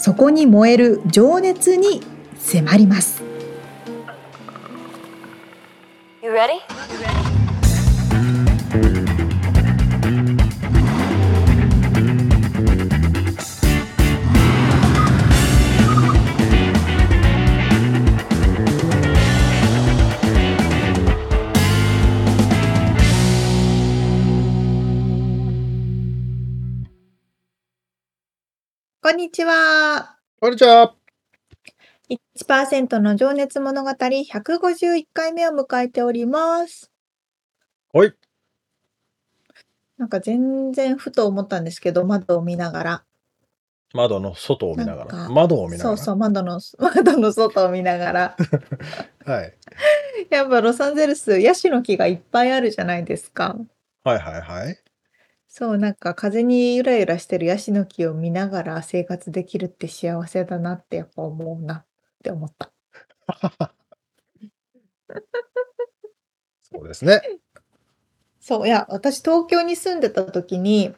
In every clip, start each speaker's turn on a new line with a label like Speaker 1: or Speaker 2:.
Speaker 1: そこに燃える情熱に迫ります
Speaker 2: You ready?
Speaker 1: こんにちは
Speaker 3: こんにちは。
Speaker 1: 1%の情熱物語151回目を迎えております
Speaker 3: はい
Speaker 1: なんか全然ふと思ったんですけど窓を見ながら
Speaker 3: 窓の外を見な
Speaker 1: な
Speaker 3: が
Speaker 1: ん
Speaker 3: ら。
Speaker 1: か
Speaker 3: 窓を見なが
Speaker 1: そ
Speaker 3: ら。
Speaker 1: うそう窓の 窓の外を見ながら
Speaker 3: はい。
Speaker 1: やっぱロサンゼルスヤシの木がいっぱいあるじゃないですか
Speaker 3: はいは いはい。
Speaker 1: そうなんか風にゆらゆらしてるヤシの木を見ながら生活できるって幸せだなってやっぱ思うなって思った
Speaker 3: そうですね。
Speaker 1: そういや私東京に住んでた時に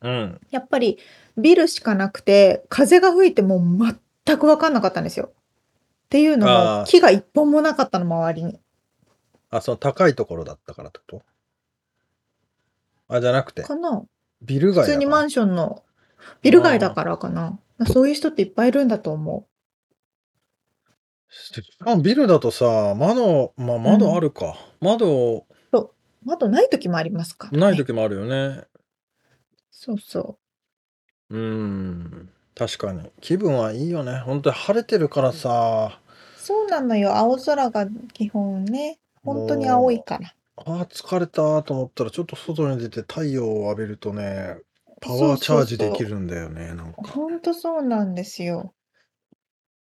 Speaker 3: うん。
Speaker 1: やっぱりビルしかなくて風が吹いてもう全く分かんなかったんですよ。っていうのも
Speaker 3: あー
Speaker 1: 木が一本もなかったの周りに。
Speaker 3: あ、その高いところだったからってことあ、じゃなくて、
Speaker 1: かな
Speaker 3: ビル
Speaker 1: 普
Speaker 3: 街だ
Speaker 1: 通にマ
Speaker 3: か
Speaker 1: ンションのビル街だからかな。そういう人っていっぱいいるんだと思
Speaker 3: ら。しかもビルだとさ、窓、まあ窓あるか。窓
Speaker 1: う。窓ない時もありますからね。
Speaker 3: ない時もあるよね。
Speaker 1: そうそう。
Speaker 3: うん。確かに。気分はいいよね。本当に晴れてるからさ、
Speaker 1: そうなのよ。青空が基本ね。本当に青いから。
Speaker 3: ああ、疲れたと思ったら、ちょっと外に出て太陽を浴びるとね、パワーチャージでき
Speaker 1: る。
Speaker 3: るんだよね。なんか。
Speaker 1: 本当そうなんですよ。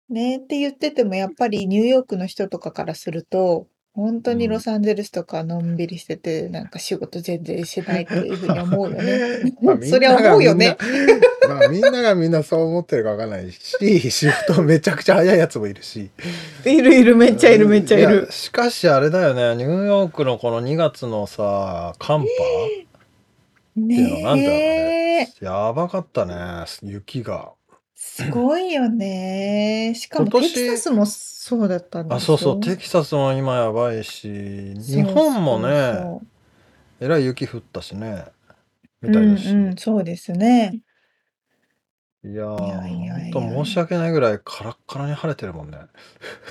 Speaker 1: ねって言っててもやっぱりニューヨークの人とかからすると本当に
Speaker 3: うん
Speaker 1: ロサンゼルスとかのんびりしててなんか仕事全然しないっていうふうに思うよ ね
Speaker 3: まあ。みん
Speaker 1: そりゃ
Speaker 3: なが
Speaker 1: 思うよね。
Speaker 3: まあみんながみんなそう思ってるかわかんないし、仕事めちゃくちゃ早いやつもいるし。
Speaker 1: いるいるめっちゃいるめっちゃい
Speaker 3: い
Speaker 1: る
Speaker 3: や。しかしあれだよね、ニューヨークのこの2月のさ、寒波っていうのなんだろう
Speaker 1: ね
Speaker 3: ね
Speaker 1: え。
Speaker 3: やばかったね、雪が。
Speaker 1: すごいよね。しかもテ
Speaker 3: 今年
Speaker 1: キサスもそうだったんで
Speaker 3: あ、
Speaker 1: す
Speaker 3: そうそう、
Speaker 1: よ
Speaker 3: テキサスも今やばいし、
Speaker 1: そう
Speaker 3: 日本も
Speaker 1: そう
Speaker 3: ね、
Speaker 1: そう
Speaker 3: えらい雪降ったしね、みたいだし。
Speaker 1: うんうんそうですね。
Speaker 3: いや
Speaker 1: いやいやいや
Speaker 3: ー、ほんと申し訳ないぐらいカラッカラに晴れてるもんね。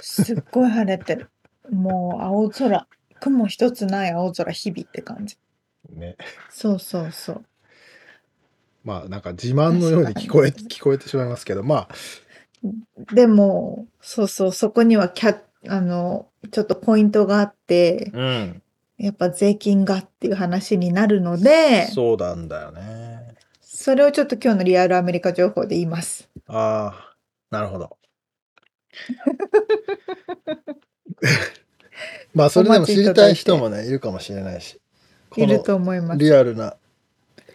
Speaker 1: すっごい晴れてる。もう青空。雲一つない青空日々って感じ。
Speaker 3: ね。
Speaker 1: そうそうそう。
Speaker 3: まあなんか自慢のように聞こえ
Speaker 1: 確かに
Speaker 3: 聞こえてしまいますけどまあ
Speaker 1: でも、そうそう、そこにはキャ、あの、ちょっとポイントがあって、
Speaker 3: うん
Speaker 1: やっぱ税金がっていう話になるので、
Speaker 3: そうなんだよね
Speaker 1: それをちょっと今日のリアルアメリカ情報で言います。
Speaker 3: ああなるほど まあそれでも知りたい人もねいるかもしれないし
Speaker 1: いると思い
Speaker 3: こ
Speaker 1: ま
Speaker 3: の
Speaker 1: す。
Speaker 3: リアルな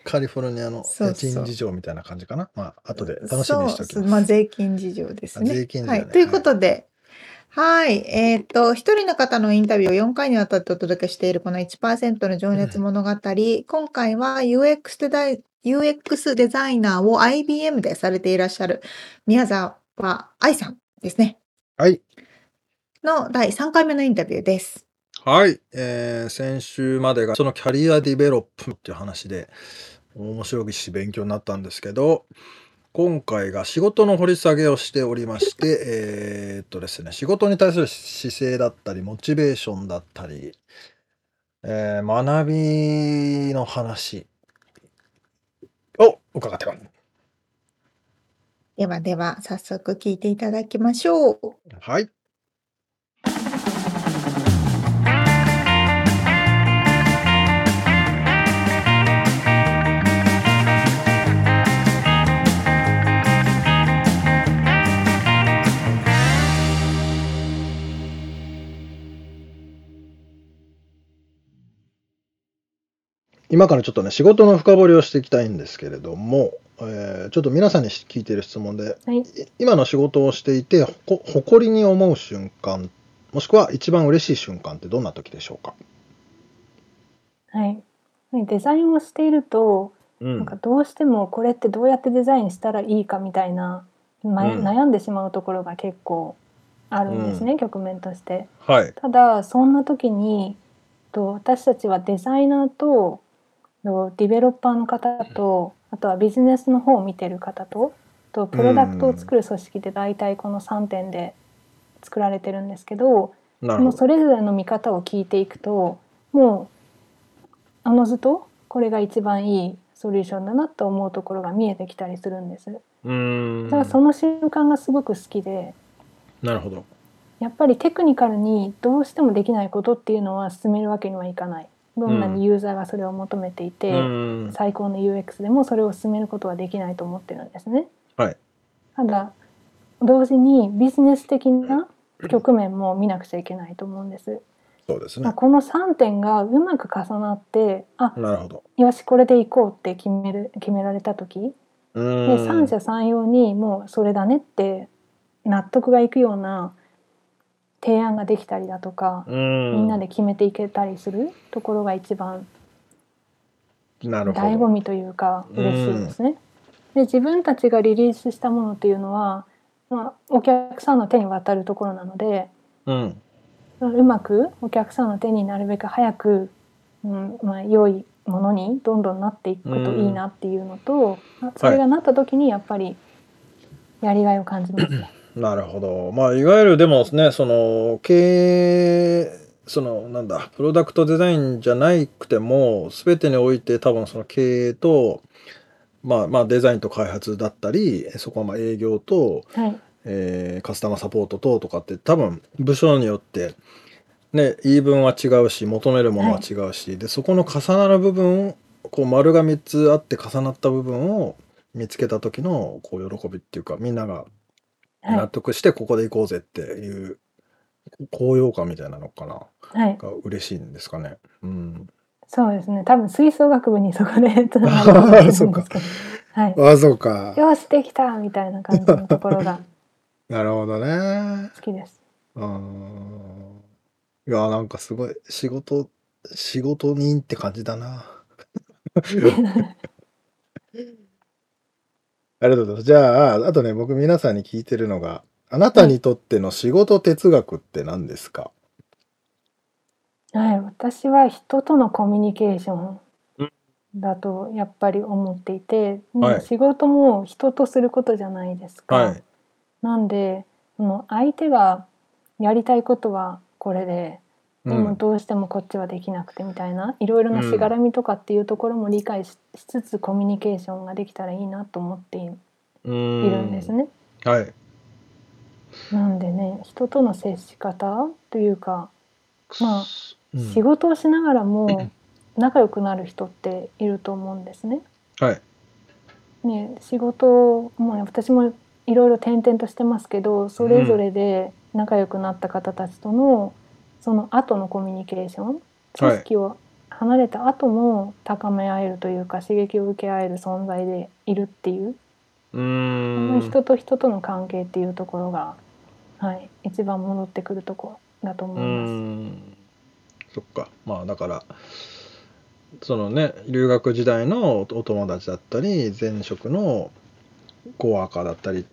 Speaker 3: カリフォルニアの
Speaker 1: そう
Speaker 3: 家
Speaker 1: そう
Speaker 3: 賃事情みたいな感じかなまあ後で楽しみにしておき
Speaker 1: そうそう
Speaker 3: ま
Speaker 1: あ、
Speaker 3: す
Speaker 1: 税金事情ですね。
Speaker 3: あ税金事情ね
Speaker 1: はい。ということで、はい。えっと、一人の方のインタビューを4回にわたってお届けしているこの1%の情熱物語。今回は UX デザイ UX デザイナーを IBM でされていらっしゃる宮沢愛さんですね。
Speaker 3: はい
Speaker 1: の第3回目のインタビューです。
Speaker 3: はい、えー先週までがそのキャリアディベロップっていう話で面白いし勉強になったんですけど今回が仕事の掘り下げをしておりまして えーっとですね仕事に対する姿勢だったりモチベーションだったり、えー学びの話を伺ってます。
Speaker 1: ではでは、早速聞いていただきましょう。
Speaker 3: はい。今からちょっとね仕事の深掘りをしていきたいんですけれども、えーちょっと皆さんに聞いてる質問で
Speaker 2: はい。
Speaker 3: い今の仕事をしていてほこ誇りに思う瞬間もしくは一番嬉しい瞬間ってどんな時でしょうか、
Speaker 2: はい。デザインをしていると、
Speaker 3: うん
Speaker 2: なんかどうしてもこれってどうやってデザインしたらいいかみたいな、ま
Speaker 3: うん
Speaker 2: 悩んでしまうところが結構あるんですね、局面として。
Speaker 3: はい、
Speaker 2: ただそんな時にと私たちはデザイナーととディベロッパーの方とあとはビジネスの方を見てる方ととプロダクトを作る組織で大体この3点で作られてるんですけど
Speaker 3: なるほ
Speaker 2: もう
Speaker 3: ど。
Speaker 2: それぞれの見方を聞いていくともうおのずとこれが一番いいソリューションだなと思うところが見えてきたりするんです。
Speaker 3: うーん
Speaker 2: だからその瞬間がすごく好きで、
Speaker 3: なるほど。
Speaker 2: やっぱりテクニカルにどうしてもできないことっていうのは進めるわけにはいかないどんなにユーザーがそれを求めていて、
Speaker 3: うーん
Speaker 2: 最高の UX でもそれを進めることはできないと思ってるんですね。
Speaker 3: はい
Speaker 2: ただ同時にビジネス的な局面も見なくちゃいけないと思うんです。
Speaker 3: そうです
Speaker 2: まあ
Speaker 3: ね。
Speaker 2: この3点がうまく重なってあ
Speaker 3: なるほど。
Speaker 2: よしこれでいこうって決める決められた時
Speaker 3: う
Speaker 2: で
Speaker 3: ーん
Speaker 2: 三者三様にもうそれだねって納得がいくような提案ができたりだとか、
Speaker 3: うーん
Speaker 2: みんなで決めていけたりするところが一番
Speaker 3: なるほど
Speaker 2: 醍醐味というか嬉しいですね。で自分たちがリリースしたものというのは、まあ、お客さんの手に渡るところなので
Speaker 3: うん
Speaker 2: まあうまくお客さんの手になるべく早く、うんまあ、良いものにどんどんなっていくこと
Speaker 3: うん
Speaker 2: いいなっていうのと、まあそれがなった時にやっぱりやりがいを感じます。
Speaker 3: なるほど。まあいわゆるでもねその経営そのなんだプロダクトデザインじゃなくても全てにおいて多分その経営とまあまあデザインと開発だったりそこはまあ営業と、
Speaker 2: はい、
Speaker 3: えーカスタマーサポートととかって多分部署によってね言い分は違うし求めるものは違うし、でそこの重なる部分をこう丸が3つあって重なった部分を見つけた時のこう喜びっていうかみんなが納
Speaker 2: は、
Speaker 3: 得してここで行こうぜっていう高揚感みたいなのかない
Speaker 2: はい、
Speaker 3: が嬉しいんですかね。うん、
Speaker 2: そうですね。多分吹奏楽部にそこ でつながると思うん ですけど
Speaker 3: そうか
Speaker 2: はい。
Speaker 3: ああそうか
Speaker 2: よしできたみたいな感じのところが
Speaker 3: なるほどね。
Speaker 2: 好きです。
Speaker 3: うんいやなんかすごい仕事仕事人って感じだ な。ありがとうございます。じゃああとね僕皆さんに聞いてるのがあなたにとっての仕事哲学って何ですか、
Speaker 2: はい、私は人とのコミュニケーションだとやっぱり思っていて、
Speaker 3: はい
Speaker 2: 仕事も人とすることじゃないですか。
Speaker 3: はい、
Speaker 2: なんで、その相手がやりたいことはこれで、でもどうしてもこっちはできなくてみたいな、いろいろなしがらみとかっていうところも理解ししつつコミュニケーションができたらいいなと思っていい
Speaker 3: うん
Speaker 2: いるんです。ね。
Speaker 3: はい。
Speaker 2: なんでね人との接し方というか、まあ、
Speaker 3: うん
Speaker 2: 仕事をしながらも仲良くなる人っていると思うんですね。
Speaker 3: はい。
Speaker 2: ね仕事も私もいろいろ転々としてますけどそれぞれで仲良くなった方たちとのその後のコミュニケーション
Speaker 3: はい
Speaker 2: 組織を離れた後も高め合えるというか刺激を受け合える存在でいるっていう
Speaker 3: うん
Speaker 2: 人と人との関係っていうところが、はい、一番戻ってくるとこだと思
Speaker 3: う
Speaker 2: います。
Speaker 3: んそっかまあだからそのね留学時代のおお友達だったり前職のコワーカーだったり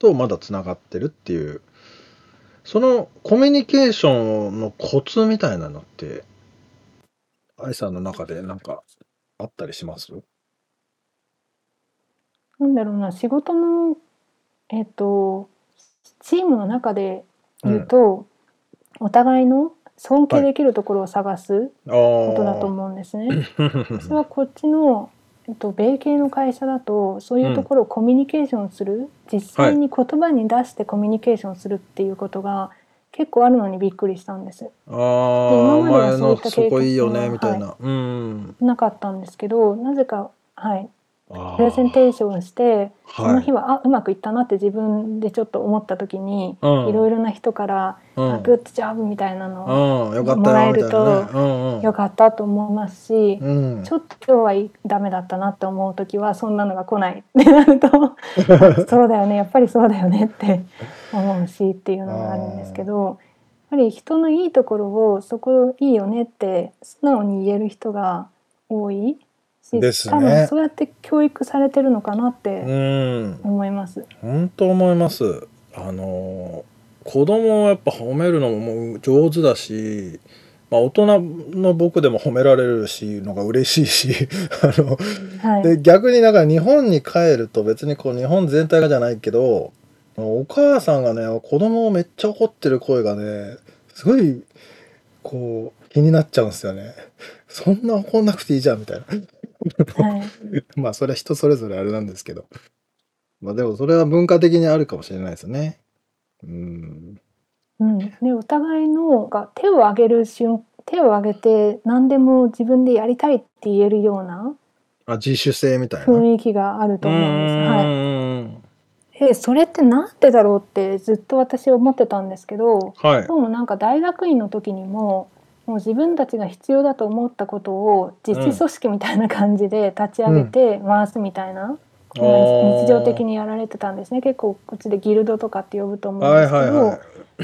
Speaker 3: とまだつながってるっていうそのコミュニケーションのコツみたいなのって愛さんの中でなんかあったりします
Speaker 2: なんだろうな仕事のえっとチームの中で言うと、お互いの尊敬できるところを探す
Speaker 3: あ
Speaker 2: ことだ
Speaker 3: ー
Speaker 2: と思うんですね。それはこっちの、えっと、米系の会社だとそういうところをコミュニケーションする、実際に言葉に出してコミュニケーションするっていうことが結構あるのにびっくりしたんです。
Speaker 3: あー
Speaker 2: 今まで
Speaker 3: 前
Speaker 2: はそうい
Speaker 3: の
Speaker 2: った経験
Speaker 3: そこいいよね
Speaker 2: は
Speaker 3: みたいな、うん
Speaker 2: なかったんですけどなぜかはい
Speaker 3: あー
Speaker 2: プレゼンテーションしてその
Speaker 3: はい
Speaker 2: 日は、あうまくいったなって自分でちょっと思った時に、
Speaker 3: うん
Speaker 2: いろいろな人から「
Speaker 3: うん
Speaker 2: あグッドジョブ」みたいなの、
Speaker 3: うん、よかったよみ
Speaker 2: も
Speaker 3: た
Speaker 2: ら
Speaker 3: い
Speaker 2: える
Speaker 3: な
Speaker 2: と
Speaker 3: ね。うんうん
Speaker 2: よかったと思いますし、
Speaker 3: うん
Speaker 2: ちょっと今日はいいダメだったなって思う時はそんなのが来ないって なるとそうだよねやっぱりそうだよねって思うしっていうのがあるんですけどやっぱり人のいいところをそこいいよねって素直に言える人が多いし、
Speaker 3: ですね
Speaker 2: 多分そうやって教育されてるのかなって
Speaker 3: うん、
Speaker 2: 思います。
Speaker 3: 本当思います。あのー子供をやっぱ褒めるのももう上手だし、まあ大人の僕でも褒められるしのが嬉しいし、 あの
Speaker 2: はい、
Speaker 3: で逆にだから日本に帰ると別にこう日本全体がじゃないけど、お母さんがね子供をめっちゃ怒ってる声がねすごいこう気になっちゃうんですよね。そんな怒んなくていいじゃんみたいな。
Speaker 2: はい
Speaker 3: まあそれは人それぞれあれなんですけど。まあでもそれは文化的にあるかもしれないですね。うん。
Speaker 2: うん、でお互いのが手を挙げる瞬手を挙げて何でも自分でやりたいって言えるような
Speaker 3: あ自主性みたいな。
Speaker 2: 雰囲気があると
Speaker 3: う
Speaker 2: 思うんです。はい
Speaker 3: ん
Speaker 2: えそれってなんでだろうってずっと私思ってたんですけど
Speaker 3: はい。
Speaker 2: どうもなんか大学院の時にももう自分たちが必要だと思ったことを自治組織みたいな感じで立ち上げて回すみたいな、この
Speaker 3: あー
Speaker 2: 日常的にやられてたんですね結構こっちでギルドとかって呼ぶと思うん
Speaker 3: はい
Speaker 2: ですけど、
Speaker 3: は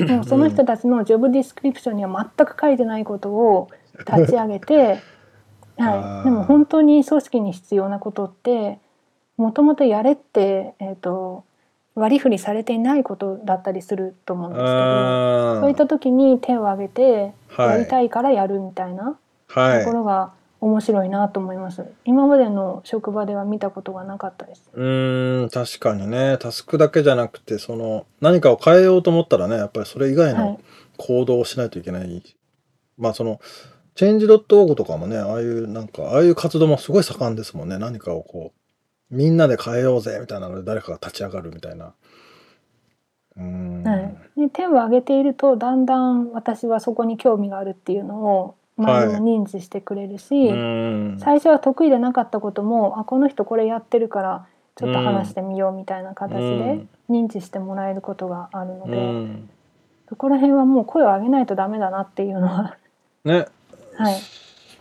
Speaker 3: いはい。
Speaker 2: もうその人たちのジョブディスクリプションには全く書いてないことを立ち上 げて、
Speaker 3: あ
Speaker 2: は
Speaker 3: ー
Speaker 2: い、でも本当に組織に必要なことってもともとやれって、えー、と割り振りされていないことだったりすると思うんですけど
Speaker 3: あ
Speaker 2: そういった時に手を挙げて
Speaker 3: はい
Speaker 2: やりたいからやるみたいな
Speaker 3: あ。はい
Speaker 2: とこ。ろが面白いなと思います。今までの職場では見たことがなかったです。
Speaker 3: うーん確かにねタスクだけじゃなくてその何かを変えようと思ったらねやっぱりそれ以外
Speaker 2: は
Speaker 3: の
Speaker 2: い
Speaker 3: 行動をしないといけない、まあそのチェンジ .org とかもねああいうなんかああいう活動もすごい盛んですもんね何かをこうみんなで変えようぜみたいなので誰かが立ち上がるみたいなうーん、
Speaker 2: はい、で手を挙げているとだんだん私はそこに興味があるっていうのを周りも認知してくれる
Speaker 3: う
Speaker 2: し、
Speaker 3: ーん
Speaker 2: 最初は得意でなかったこともあこの人これやってるからちょっと話してみようみたいな形で認知してもらえることがあるの
Speaker 3: う
Speaker 2: で、
Speaker 3: ん
Speaker 2: そこら辺はもう声を上げないとダメだなっていうの は
Speaker 3: ね、
Speaker 2: はい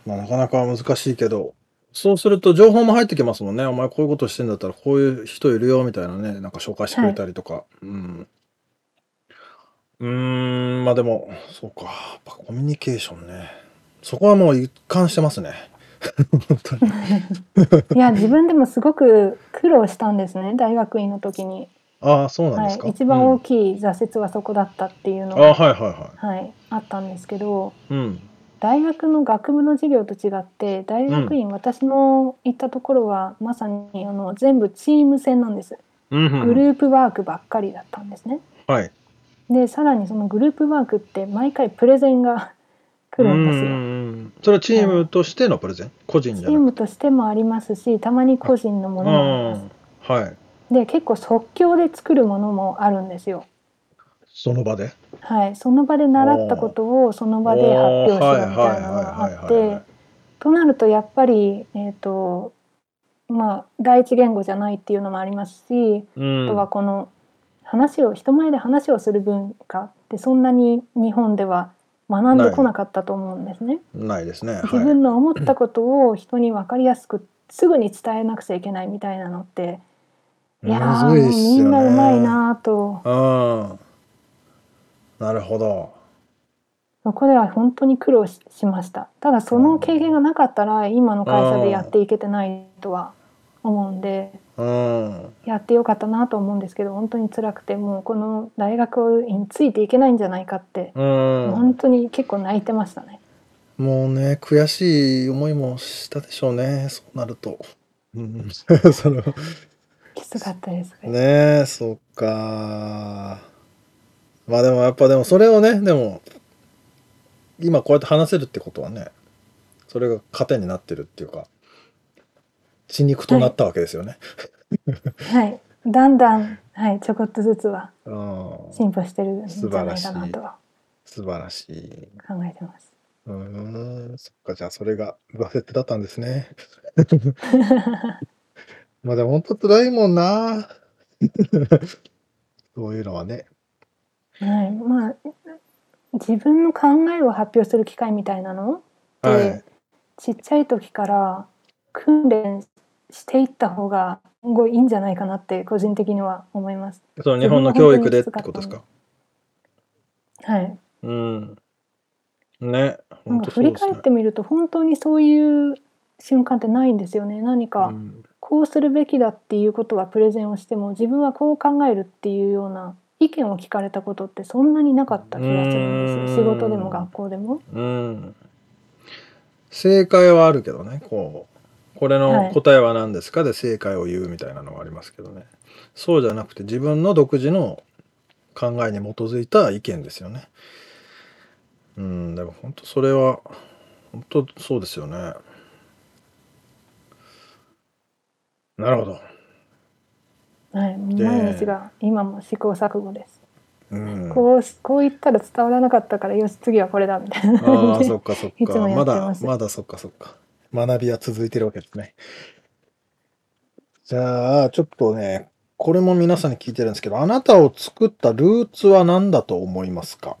Speaker 3: まあ、なかなか難しいけどそうすると情報も入ってきますもんねお前こういうことしてんだったらこういう人いるよみたいなねなんか紹介してくれたりとか、うんうーんまあでもそうかやっぱコミュニケーションねそこはもう一貫してますね本当に
Speaker 2: いや自分でもすごく苦労したんですね大学院の時に、
Speaker 3: ああそうなんで
Speaker 2: は
Speaker 3: すか、
Speaker 2: い、一番大
Speaker 3: い、
Speaker 2: きい挫折はそこだったっていうの
Speaker 3: うんああ
Speaker 2: が、
Speaker 3: はいはいは
Speaker 2: はい、あったんですけど。
Speaker 3: いうん
Speaker 2: 大学の学部の授業と違って大学院、私の行ったところはまさにあの全部チーム戦なんです
Speaker 3: うんうん
Speaker 2: グループワークばっかりだったんですね、
Speaker 3: はい
Speaker 2: でさらにそのグループワークって毎回プレゼンが 来るんです
Speaker 3: う
Speaker 2: よ
Speaker 3: んそれはチームとしてのプレゼン個人じ
Speaker 2: チ
Speaker 3: ゃ
Speaker 2: ー
Speaker 3: なく
Speaker 2: ムとしてもありますしたまに個人のも
Speaker 3: て
Speaker 2: のもあり
Speaker 3: う
Speaker 2: ま
Speaker 3: んはい
Speaker 2: すで結構即興で作るものもあるんですよ
Speaker 3: その場で
Speaker 2: はいその場で習ったことをその場で発表しろみたいなのがあってとなるとやっぱり、えーとまあ、第一言語じゃないっていうのもありますし、あとはこの話を人前で話をする文化ってそんなに日本では学んでこなかったと思うんですね。
Speaker 3: ないですね。はい
Speaker 2: 自分の思ったことを人に分かりやすくすぐに伝えなくちゃいけないみたいなのっていやー
Speaker 3: むずい
Speaker 2: も
Speaker 3: っ
Speaker 2: う
Speaker 3: すよね
Speaker 2: みんなうまいなーと
Speaker 3: うん。なるほど。
Speaker 2: そこでは本当に苦労ししましたただその経験がなかったら今の会社でやっていけてないとは思うんで。
Speaker 3: うん。
Speaker 2: やってよかったなと思うんですけど本当に辛くてもうこの大学についていけないんじゃないかって、
Speaker 3: うん
Speaker 2: 本。当に結構泣いてましたね。
Speaker 3: もうね、悔しい思いもしたでしょうね。そうなると。うん。 その
Speaker 2: きつかったです。
Speaker 3: ねえ、そっか。まあでもやっぱでもそれをね、でも、今こうやって話せるってことはね、それが糧になってるっていうか、血肉となったわけですよね。
Speaker 2: はい、だんだんはいちょこっとずつは
Speaker 3: うん。
Speaker 2: 進歩してるんじゃないかなとは
Speaker 3: 素晴らしい。
Speaker 2: 考えてます。
Speaker 3: う ーん、そっか、じゃあそれが挫折だったんですね。まあでも本当辛いもんな。 そういうのはね。
Speaker 2: はい、まあ自分の考えを発表する機会みたいなので
Speaker 3: はい。
Speaker 2: ちっちゃい時から訓練していった方が今後いいんじゃないかなって個人的には思います。
Speaker 3: その日本の教育でってことですか。
Speaker 2: はい、
Speaker 3: うん。ね。
Speaker 2: なん
Speaker 3: 本
Speaker 2: か
Speaker 3: 当
Speaker 2: 振
Speaker 3: そう
Speaker 2: り
Speaker 3: です
Speaker 2: 返
Speaker 3: ね
Speaker 2: ってみると本当にそういう瞬間ってないんですよね。何
Speaker 3: う
Speaker 2: か
Speaker 3: ん
Speaker 2: こうするべきだっていうことはプレゼンをしても自分はこう考えるっていうような意見を聞かれたことってそんなになかった気がするんですよ。仕
Speaker 3: うーん
Speaker 2: 事でも学校でも。
Speaker 3: うん。正解はあるけどね、こう、これの答えは何ですかで正解を言うみたいなのはありますけどね。そうじゃなくて自分の独自の考えに基づいた意見ですよね。うん、でも本当それは、本当そうですよね。なるほど。
Speaker 2: はい、毎日が今も試行錯誤です。
Speaker 3: うん。
Speaker 2: こうしこう言ったら伝わらなかったからよし次はこれだみたいな
Speaker 3: あ
Speaker 2: 感
Speaker 3: あ、
Speaker 2: じ
Speaker 3: そ
Speaker 2: で
Speaker 3: っかそっ
Speaker 2: いつ
Speaker 3: か。
Speaker 2: もや
Speaker 3: ま
Speaker 2: って
Speaker 3: だ
Speaker 2: ま、す
Speaker 3: まだそっかそっか。学びは続いてるわけですね。じゃあ、ちょっとね、これも皆さんに聞いてるんですけど、あなたを作ったルーツは何だと思いますか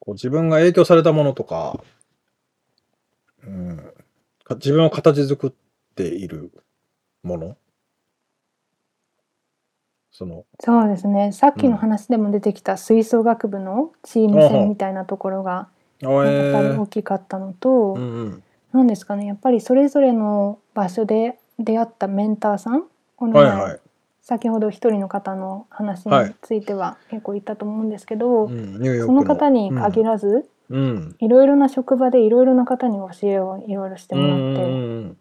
Speaker 3: こう自分が影響されたものとか、うん、か自分を形作っているものその、
Speaker 2: そうですねさっきの話でも出てきた吹奏楽部のチーム戦みたいなところが
Speaker 3: あ
Speaker 2: やっぱり
Speaker 3: え
Speaker 2: 大きかったのと、
Speaker 3: うんうん。
Speaker 2: なんですかねやっぱりそれぞれの場所で出会ったメンターさんこの
Speaker 3: はい
Speaker 2: 前、
Speaker 3: はい。
Speaker 2: 先ほど一人の方の話
Speaker 3: はい
Speaker 2: については結構言ったと思うんですけど、
Speaker 3: うん、ニューヨー
Speaker 2: そ
Speaker 3: クの
Speaker 2: の方に限らず、
Speaker 3: うん、うん。
Speaker 2: いろいろな職場でいろいろな方に教えをいろいろしてもらっ
Speaker 3: う
Speaker 2: て、
Speaker 3: んうんうん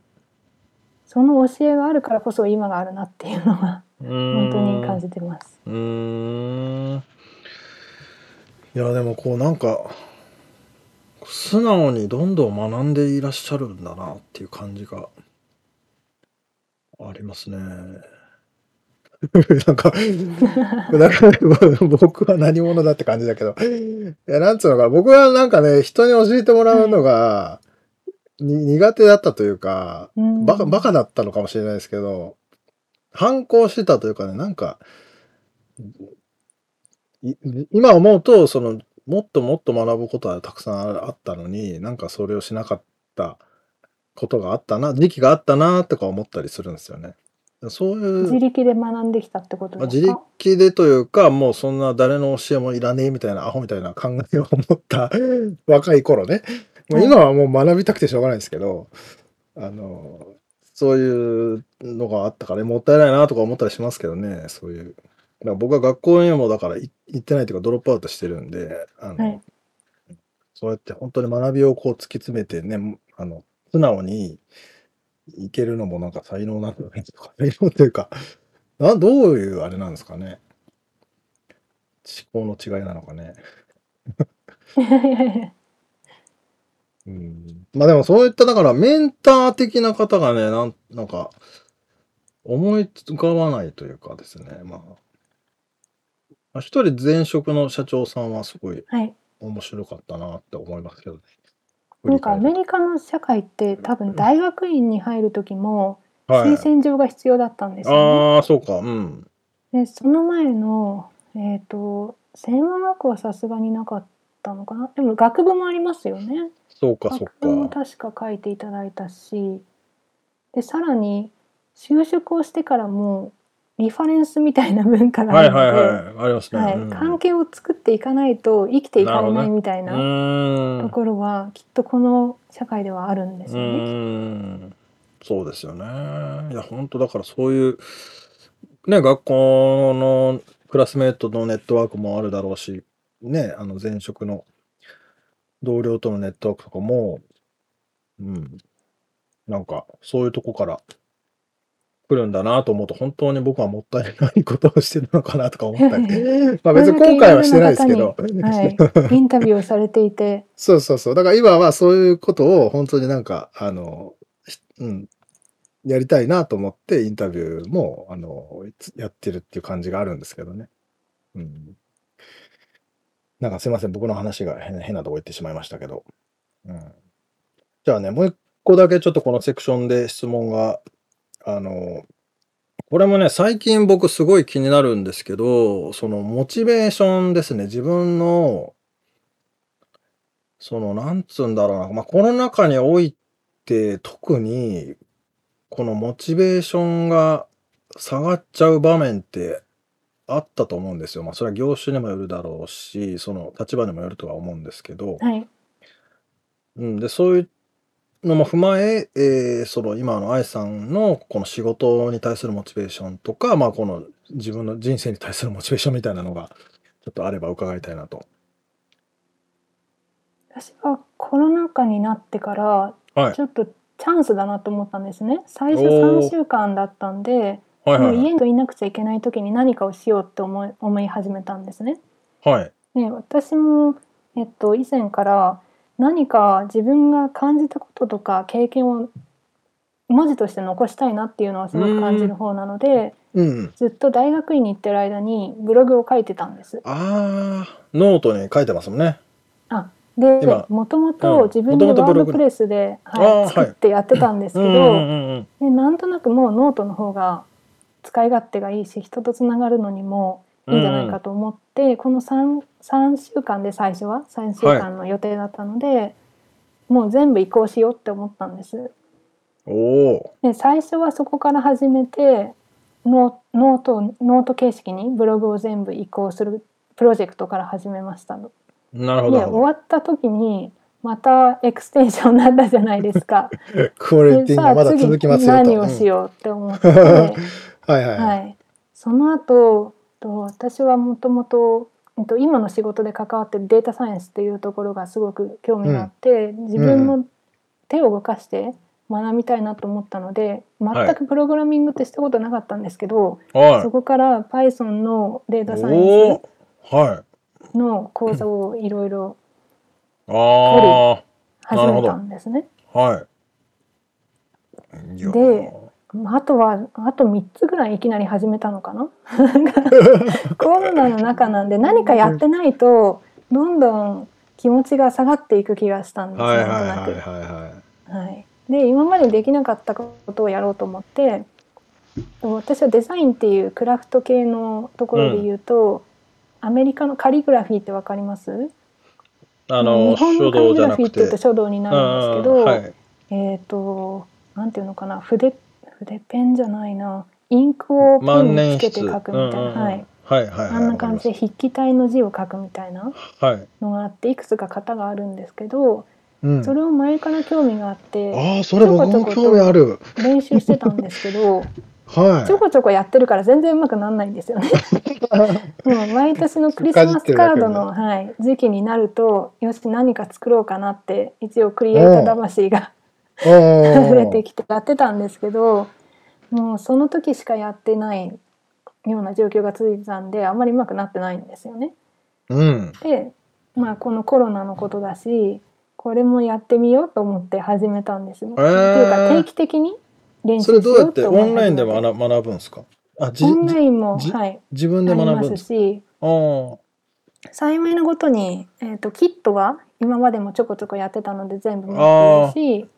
Speaker 2: その教えがあるからこそ今があるなっていうのは
Speaker 3: 本
Speaker 2: 本当に感じてます。
Speaker 3: うーんいやでもこうなんか素直にどんどん学んでいらっしゃるんだなっていう感じがありますね。 なん か、なんか僕は何者だって感じだけど、いやなんつうのかな、僕はなんかね、人に教えてもらうのが、に苦手だったというか、
Speaker 2: うん
Speaker 3: バカ、バカだったのかもしれないですけど、反抗してたというかね、なんか、い今思うと、その、もっともっと学ぶことはたくさんああったのに、なんかそれをしなかったことがあったな、時期があったな、とか思ったりするんですよね。そういう。
Speaker 2: 自力で学んできたってこと
Speaker 3: まあ、
Speaker 2: です
Speaker 3: 自
Speaker 2: か。
Speaker 3: 力でというか、もうそんな誰の教えもいらねえみたいな、アホみたいな考えを持った 若い頃ね。もう今はもう学びたくてしょうがないですけど、あの、そういうのがあったからね、もったいないなとか思ったりしますけどね、そういう。だから僕は学校にもだからい行ってないというか、ドロップアウトしてるんで、あの、
Speaker 2: はい
Speaker 3: そうやって本当に学びをこう突き詰めてね、あの、素直にいけるのもなんか才能なんだねとか、才能というか、などういうあれなんですかね。思考の違いなのかね。うん、まあでもそういっただからメンター的な方がね、なんなんか思い浮かばないというかですね。まあまあ、一人前職の社長さんはすごい
Speaker 2: はい。
Speaker 3: 面白かったなって思いますけどね。
Speaker 2: なんかアメ
Speaker 3: ね
Speaker 2: リカの社会って多分大学院に入る時も
Speaker 3: はい
Speaker 2: 推、薦状が必要だったんですよ
Speaker 3: ああ、そうか。うん。
Speaker 2: ね。でその前のえっ、と専門学校はさすがになかったのかな。でも学部もありますよね。
Speaker 3: そうか、そ
Speaker 2: 学
Speaker 3: う
Speaker 2: 部も
Speaker 3: か。
Speaker 2: 確か書いていただいたし、でさらに就職をしてからもリファレンスみたいな文化があ
Speaker 3: はい
Speaker 2: るので。
Speaker 3: はいはい。ありますね。
Speaker 2: はい、
Speaker 3: うん
Speaker 2: 関係を作っていかないと生きていかれないみたいうな
Speaker 3: ー
Speaker 2: と
Speaker 3: ん。
Speaker 2: ころはきっとこの社会ではあるんです
Speaker 3: う
Speaker 2: よね。
Speaker 3: ーんそうですよね。いや本当だからそういうね学校のクラスメートのネットワークもあるだろうしねあの前職の同僚とのネットワークとかもうんなんかそういうとこから来るんだなと思うと本当に僕はもったいないことをしてるのかなとか思 ったりまあ別に後悔はしてないですけど。
Speaker 2: はい、インタビューをされていて、
Speaker 3: そうそうそう。だから今はそういうことを本当になんか、あの、ひうん、やりたいなと思ってインタビューも、あの、いつやってるっていう感じがあるんですけどね。うん。なんかすいません。僕の話が変変なとこ行ってしまいましたけど。うん。じゃあね、もう一個だけちょっとこのセクションで質問があの、これもね、最近僕すごい気になるんですけど、そのモチベーションですね、自分の、その、なんつうんだろうな、まあ、コロナ禍において特に、このモチベーションが下がっちゃう場面ってあったと思うんですよ。まあ、それは業種にもよるだろうし、その立場にもよるとは思うんですけど、
Speaker 2: はい。
Speaker 3: うん、で、そういうのも踏まえ、えーその今の愛さんのこの仕事に対するモチベーションとか、まあ、この自分の人生に対するモチベーションみたいなのが、ちょっとあれば伺いたいなと。
Speaker 2: 私はコロナ禍になってから
Speaker 3: はい
Speaker 2: ちょっとチャンスだなと思ったんですね、最初
Speaker 3: おー
Speaker 2: 3週間だったんで、
Speaker 3: はいはい
Speaker 2: もう
Speaker 3: はい。
Speaker 2: 家にいなくちゃいけない時に何かをしようって思い思い始めたんですね。
Speaker 3: はい。
Speaker 2: で私も、えっと、以前から何か自分が感じたこととか経験を文字として残したいなっていうのはすごく感じる方なので
Speaker 3: うん。
Speaker 2: ずっと大学院に行ってる間にブログを書いてたんです。
Speaker 3: ああ、ノートに書いてますもんね。
Speaker 2: で
Speaker 3: 今
Speaker 2: もとも
Speaker 3: うん
Speaker 2: と自分でワ
Speaker 3: 元々ブロ
Speaker 2: ード
Speaker 3: グ
Speaker 2: プレスで、
Speaker 3: あー
Speaker 2: は
Speaker 3: はい
Speaker 2: い、作ってやってたんですけ
Speaker 3: う
Speaker 2: ど、
Speaker 3: んうんうんうん。
Speaker 2: でなんとなくもうノートの方が使い勝手がいいし人とつながるのにもいいんじゃないかと思って、この 3, 3週間で最初は3週間の予定だったので、もう全部移行しようって思ったんです。
Speaker 3: おお。
Speaker 2: で最初はそこから始めてノノートノート形式にブログを全部移行するプロジェクトから始めましたの。
Speaker 3: なるほ
Speaker 2: で
Speaker 3: どなる
Speaker 2: 終
Speaker 3: ほ
Speaker 2: わった時にまたエクステンションになったじゃないですか。
Speaker 3: ど。クオリティがまだ続きますよと。
Speaker 2: でさあ次何をし
Speaker 3: よ
Speaker 2: ようって思って。
Speaker 3: うん。 はいはいは。
Speaker 2: はいい、その後と私はもともとえっと今の仕事で関わってるデータサイエンスっていうところがすごく興味があって、自分の手を動かして学びたいなと思ったので
Speaker 3: はい
Speaker 2: 全くプログラミングってしたことなかったんですけど、
Speaker 3: はい。
Speaker 2: そこから Python のデータサ
Speaker 3: お
Speaker 2: イエン
Speaker 3: おー。はい。
Speaker 2: スの講座をいろいろ
Speaker 3: あ
Speaker 2: 始めたんですね。
Speaker 3: あ。はい。いやー
Speaker 2: でまああとはあと3つぐらいいきなり始めたのか なコロナの中なんで何かやってないとどんどん気持ちが下がっていく気がしたんです
Speaker 3: はいはいは
Speaker 2: なんと
Speaker 3: い
Speaker 2: な
Speaker 3: はいはい。
Speaker 2: く、はい、で今までできなかったことをやろうと思って私はデザインっていうクラフト系のところで言うと、アメリカのカリグラフィーってわかります
Speaker 3: あの
Speaker 2: 日本
Speaker 3: 書
Speaker 2: のカリ
Speaker 3: 道
Speaker 2: グ
Speaker 3: じゃ
Speaker 2: ラ
Speaker 3: な
Speaker 2: フィー
Speaker 3: く
Speaker 2: って言う
Speaker 3: て
Speaker 2: と。書道になるんですけ
Speaker 3: うん
Speaker 2: ど、
Speaker 3: はい、
Speaker 2: えっ、と、なんていうのかな、筆、筆ペンじゃないな、インクをペン
Speaker 3: 万
Speaker 2: に
Speaker 3: 年
Speaker 2: つけ
Speaker 3: 筆。
Speaker 2: て書くみたいな、
Speaker 3: うんうんうん
Speaker 2: はい。
Speaker 3: はいはいはい。
Speaker 2: あんな感じで
Speaker 3: わか
Speaker 2: 筆記体の字を書くみたいな
Speaker 3: ります。はい。
Speaker 2: のがあって、いくつか型があるんですけど、
Speaker 3: うん
Speaker 2: それを前から興味があって、
Speaker 3: ああ、それ僕も興味ある。
Speaker 2: 練習してたんですけど、
Speaker 3: は
Speaker 2: ちょこちょこやってるから全然うまくならないんですよ ね。
Speaker 3: い。
Speaker 2: もう毎年のクリスマスカードの、はい、時期になると、よし、何か作ろうかなって、一応クリエイター魂が
Speaker 3: お
Speaker 2: 溢れて
Speaker 3: ー
Speaker 2: きてやってたんですけどもうその時しかやってないような状況が続いてたんであんまりうまくなってないんですよね。
Speaker 3: うん。
Speaker 2: でまあこのコロナのことだしこれもやってみようと思って始めたんですよ。
Speaker 3: えー
Speaker 2: っていうか定期的に練
Speaker 3: そ
Speaker 2: 習
Speaker 3: れ
Speaker 2: し
Speaker 3: どうや
Speaker 2: よ
Speaker 3: っ
Speaker 2: う
Speaker 3: て
Speaker 2: と
Speaker 3: オ
Speaker 2: 思い
Speaker 3: ンラインで学学ぶんですかあ、じ
Speaker 2: オンラインも
Speaker 3: じ
Speaker 2: はい
Speaker 3: 自分で
Speaker 2: あり
Speaker 3: 学
Speaker 2: ま
Speaker 3: ぶんですすか
Speaker 2: し
Speaker 3: あー
Speaker 2: 幸いなことに、えー、とキットは今までもちょこちょこやってたので全部持ってるし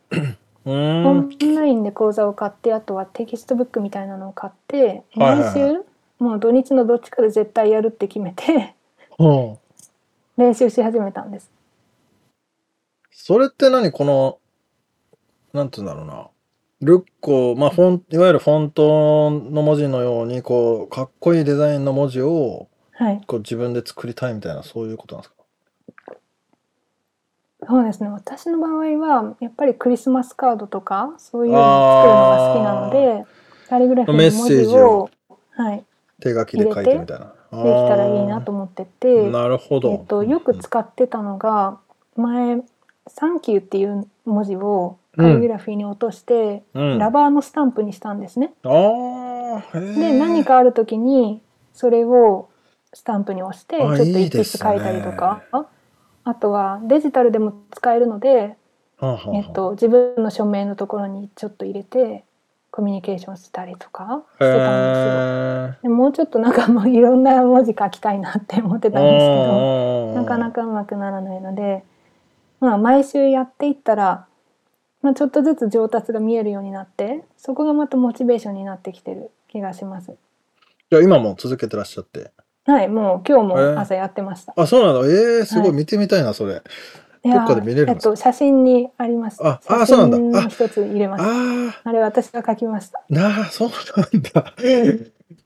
Speaker 3: う
Speaker 2: オ
Speaker 3: ーん。
Speaker 2: ンラインで講座を買ってあとはテキストブックみたいなのを買って
Speaker 3: はいはい
Speaker 2: 毎週、もう土日のどっちかで絶対やるって決めて
Speaker 3: うん
Speaker 2: 練習し始めたんです。
Speaker 3: それって何この、なんて言うんだろうな。ルッコ、まあ、フォン、いわゆるフォントの文字のように、こう、かっこいいデザインの文字を、
Speaker 2: はい、
Speaker 3: こう、自分で作りたいみたいな、そういうことなんですか
Speaker 2: そうですね私の場合はやっぱりクリスマスカードとかそういうのを作るのが好きなのでカリグラフィーの文
Speaker 3: メッ
Speaker 2: 字
Speaker 3: セージを
Speaker 2: を、はい、
Speaker 3: 手書きで書いてみたいな。で
Speaker 2: できたらいいなと思ってて、え
Speaker 3: なるほど。
Speaker 2: っとよく使ってたのが前「サンキュー」っていう文字をカリグラフィーに落として、
Speaker 3: うん、
Speaker 2: ラバーのスタンプにしたんですね。
Speaker 3: ああ、へえ。
Speaker 2: で何かある時にそれをスタンプに押してちょ
Speaker 3: あ
Speaker 2: っと
Speaker 3: いい
Speaker 2: 一
Speaker 3: で
Speaker 2: 筆
Speaker 3: すね
Speaker 2: 書いたりとかあとはデジタルでも使えるので、
Speaker 3: はあはあはあ、
Speaker 2: えっと、自分の署名のところにちょっと入れてコミュニケーションしたりとかしてたんですよ。
Speaker 3: へえ。
Speaker 2: でもうちょっとなんかもうい ろんな文字書きたいなって思ってたんですけどなかな
Speaker 3: か。
Speaker 2: かうまくならないので、まあ、毎週やっていったらまあ、ちょっとずつ上達が見えるようになってそこがまたモチベーションになってきてる気がします
Speaker 3: じゃあ今も続けてらっしゃって。
Speaker 2: はいもう今日
Speaker 3: えー
Speaker 2: も朝やってました、
Speaker 3: あ、そうなんだ。えー、すごい、
Speaker 2: はい
Speaker 3: 見てみたいな、それ。
Speaker 2: いやー
Speaker 3: どっかで見れるんで
Speaker 2: えっ
Speaker 3: すか
Speaker 2: と、写真にあります
Speaker 3: ああ
Speaker 2: 写
Speaker 3: そうなん
Speaker 2: 真
Speaker 3: だあ
Speaker 2: の一つ入れましたあ
Speaker 3: あ
Speaker 2: れ私が書きました
Speaker 3: あ、なあ、そうなんだ。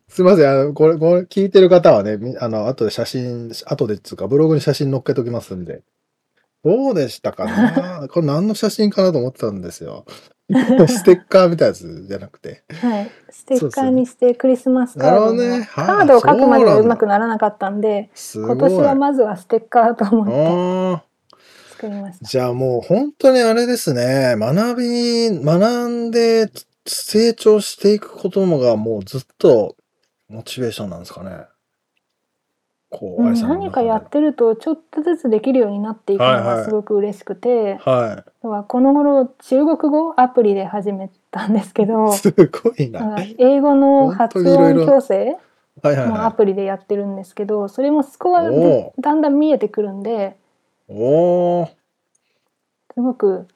Speaker 3: すいません、あの、これ、これ、聞いてる方はね、みあの、後で写真、後でっつうか、ブログに写真載っけときますんで。どうでしたかなこれ何の写真かなと思ってたんですよ。 ステッカーみたいなやつじゃなくて。
Speaker 2: はい、ステッカーにしてクリスマスカ
Speaker 3: なるほ
Speaker 2: ード
Speaker 3: ど
Speaker 2: の、
Speaker 3: ねはい
Speaker 2: カードを書くまで
Speaker 3: そ
Speaker 2: は
Speaker 3: うなんだ
Speaker 2: うまくならなかったんです
Speaker 3: ごい。
Speaker 2: 今年はまずはステッカーと思って
Speaker 3: ああ。
Speaker 2: 作りました。
Speaker 3: じゃあもう本当にあれですね、学びに、学んで成長していくこともがもうずっとモチベーションなんですかね。こう、
Speaker 2: うん
Speaker 3: 愛さんの
Speaker 2: 何
Speaker 3: 中
Speaker 2: か
Speaker 3: で
Speaker 2: やってるとちょっとずつできるようになっていくの
Speaker 3: はいはい
Speaker 2: がすごく嬉しくて、
Speaker 3: は
Speaker 2: だからこの頃中国語アプリで始めたんですけど
Speaker 3: い。すごいな。
Speaker 2: だか
Speaker 3: は
Speaker 2: ら
Speaker 3: い
Speaker 2: 英語の発音矯正
Speaker 3: はい
Speaker 2: もア
Speaker 3: は
Speaker 2: プリでやってるんですけどそれもスコア
Speaker 3: お
Speaker 2: でだんだん見えてくるんで
Speaker 3: い。おー。
Speaker 2: すごく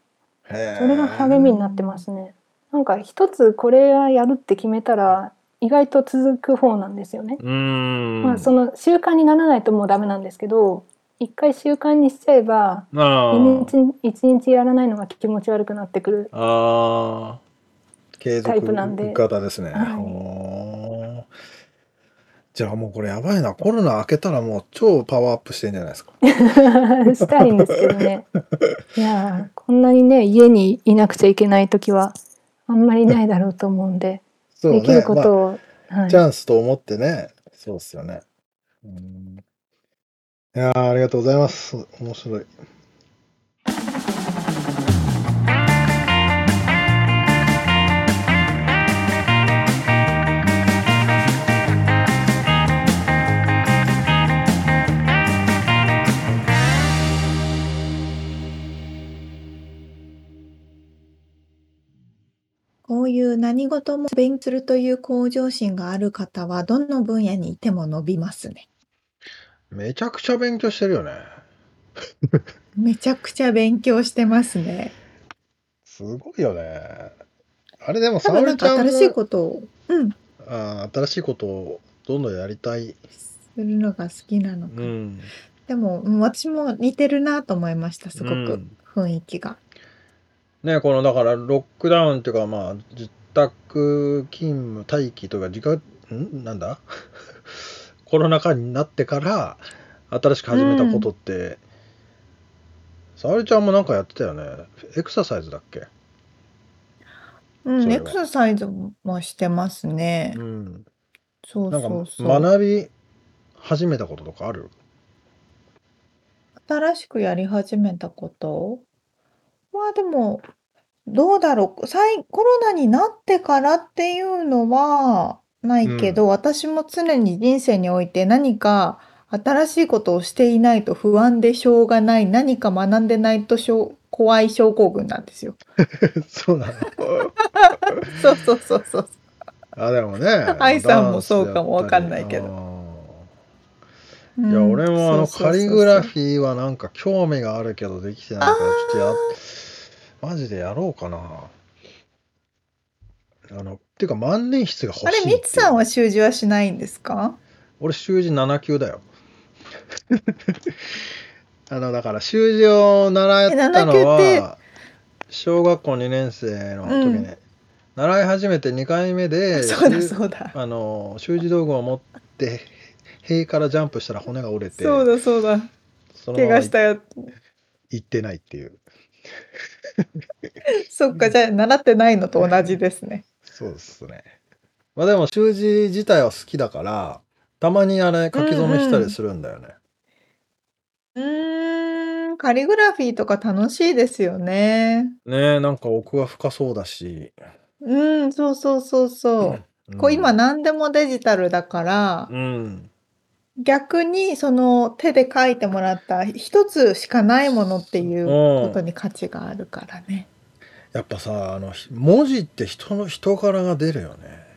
Speaker 3: それ
Speaker 2: それが励みになってますね。なんか一つこれはやるって決めたら意外と続く方なんですよね。
Speaker 3: うーん。
Speaker 2: まあその習慣にならないともうダメなんですけど、一回習慣にしちゃえば
Speaker 3: あ
Speaker 2: 一
Speaker 3: ー
Speaker 2: 日一日やらないのが気持ち悪くなってくる。
Speaker 3: あー継
Speaker 2: タイ
Speaker 3: 続
Speaker 2: プなんで
Speaker 3: 型ですね。
Speaker 2: はい
Speaker 3: おーじゃあもうこれやばいな。コロナ明けたらもう超パワーアップしてんじゃないですか。
Speaker 2: したいんですけど ね。いやーこんなにね家にいなくちゃいけない時はあんまりないだろうと思うんで、
Speaker 3: そうね。
Speaker 2: できるこ
Speaker 3: まあ
Speaker 2: とを、はい
Speaker 3: チャンスと思ってね。そうですよね。うんいやーありがとうございます。面白い。
Speaker 1: こういう何事も勉強するという向上心がある方は、どの分野にいても伸びますね。
Speaker 3: めちゃくちゃ勉強してるよね。
Speaker 1: めちゃくちゃ勉強してますね。
Speaker 3: すごいよね。あれでも
Speaker 1: 多
Speaker 3: 沙
Speaker 1: 分な
Speaker 3: 織
Speaker 1: ん
Speaker 3: ちゃ
Speaker 1: か
Speaker 3: んも
Speaker 1: 新しいことを、うん、す
Speaker 3: あー新しいことをどんどんやりたい。
Speaker 1: るのが好きなのか。
Speaker 3: ん。
Speaker 1: でも、うん私も似てるなと思いました、すご
Speaker 3: う
Speaker 1: く
Speaker 3: ん。
Speaker 1: 雰囲気が。
Speaker 3: ねこのだからロックダウンっていうかまあ自宅勤務待機というか自覚んなんだ コロナ禍になってから新しく始めたことって、沙織ちゃんもなんかやってたよねエクササイズだっけ
Speaker 1: う
Speaker 3: そ
Speaker 1: ん、
Speaker 3: れ
Speaker 1: エ
Speaker 3: は
Speaker 1: クササイズもしてますね。
Speaker 3: うん
Speaker 1: そう
Speaker 3: なんか
Speaker 1: そうそう。
Speaker 3: 学び始めたこととかある
Speaker 1: 新しくやり始めたことまあでも、どうだろう。最、コロナになってからっていうのはないけど、私も常に人生において何か新しいことをしていないと不安でしょうがない、何か学んでないとしょう怖い症候群なん ですよ。
Speaker 3: そうなの
Speaker 1: そうそうそうそう。
Speaker 3: あでもね
Speaker 1: 愛さんもそうかもわかんないけど
Speaker 3: ど
Speaker 1: い
Speaker 3: いや、俺もあのカリグラフ
Speaker 1: ィ
Speaker 3: ィーはなんか興味があるけどできてないからちょっとやマジでやろうかなあのていうか万年筆が欲しい
Speaker 1: あ
Speaker 3: ってい
Speaker 1: れ、
Speaker 3: う
Speaker 1: ミツさんは習字はしないんですか
Speaker 3: 俺習字7級だよ あのだから習字を習ったの
Speaker 1: え7
Speaker 3: は小学校2年生の時に、
Speaker 1: うん
Speaker 3: 習い始めて2回目で
Speaker 1: そうだ
Speaker 3: 習
Speaker 1: そうだ。
Speaker 3: あの習字道具を持って塀からジャンプしたら骨が折れて
Speaker 1: そうだそうだ。
Speaker 3: その
Speaker 1: 怪
Speaker 3: まま
Speaker 1: 我したやつ。
Speaker 3: 行ってないっていう
Speaker 1: そっか、じゃあ習ってないのと同じですね。
Speaker 3: そうですねまあでも習字自体は好きだからたまにあれ書き初めしたりするんだよね、
Speaker 1: うーん、カリグラフィーとか楽しいですよね。
Speaker 3: ねえなんか奥が深そうだし、
Speaker 1: うん、そうそうそうそう。
Speaker 3: うん
Speaker 1: こう今何でもデジタルだから
Speaker 3: う、ん
Speaker 1: 逆にその手で書いてもらった一つしかないものっていうことに価値があるからね。
Speaker 3: やっぱさあのひ文字って人の人柄が出るよね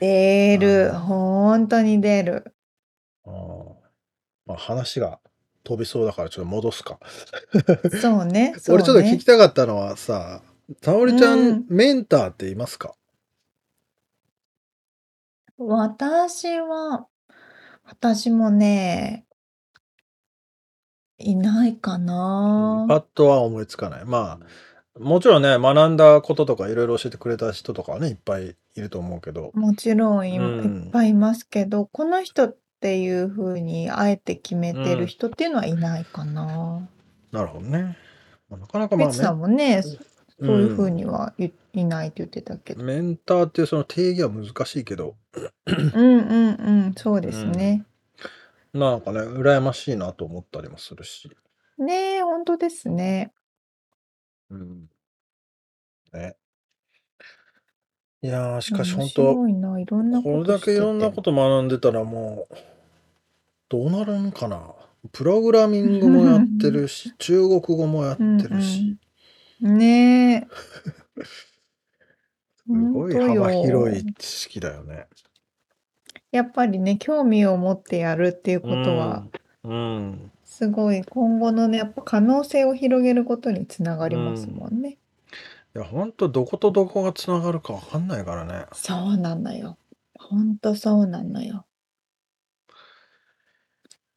Speaker 1: 出る。
Speaker 3: あー
Speaker 1: 本当に出る。
Speaker 3: うんまあ話が飛びそうだからちょっと戻すか
Speaker 1: そうね。そう
Speaker 3: 俺ちょっと
Speaker 1: ね
Speaker 3: 聞きたかったのはさ沙織ちゃん、
Speaker 1: うん
Speaker 3: メンターっていますか
Speaker 1: 私は、私もね、いないかな。
Speaker 3: パッとは思いつかない。まあ、もちろんね、学んだこととかいろいろ教えてくれた人とかはね、いっぱいいると思うけど。
Speaker 1: もちろんい,、
Speaker 3: うん
Speaker 1: いっぱいいますけど、この人っていうふうにあえて決めて
Speaker 3: うん
Speaker 1: る人っていうのはいないかな。
Speaker 3: なるほどね。まあなかなか
Speaker 1: ペ
Speaker 3: まあ
Speaker 1: ツ
Speaker 3: ね、
Speaker 1: さんもね、そそういうふうに
Speaker 3: ん
Speaker 1: は言いないって言ってたけど。
Speaker 3: メンターっていうその定義は難しいけど、
Speaker 1: うんうんうん、そうですね。
Speaker 3: なんかね、羨ましいなと思ったりもするし。
Speaker 1: ねえ、本当ですね。
Speaker 3: うん。ね。いやー、し
Speaker 1: し
Speaker 3: かし本当、
Speaker 1: 白いな、いろんな
Speaker 3: これだけいろんなことと学んでたらもうどうなるんかなプログラミングもやって るし中国語もやってるし、
Speaker 1: してて。ねえ。
Speaker 3: すご
Speaker 1: 本
Speaker 3: い
Speaker 1: 当よ
Speaker 3: 幅広い知識だよね。
Speaker 1: やっぱりね、興味を持ってやるっていうことは、
Speaker 3: うん、うん
Speaker 1: すごい今後のね、やっぱ可能性を広げることにつながりますもんね。
Speaker 3: いや本当どことどこがつながるかわかんないからね。
Speaker 1: そうなのよ。ほんとそうなのよ。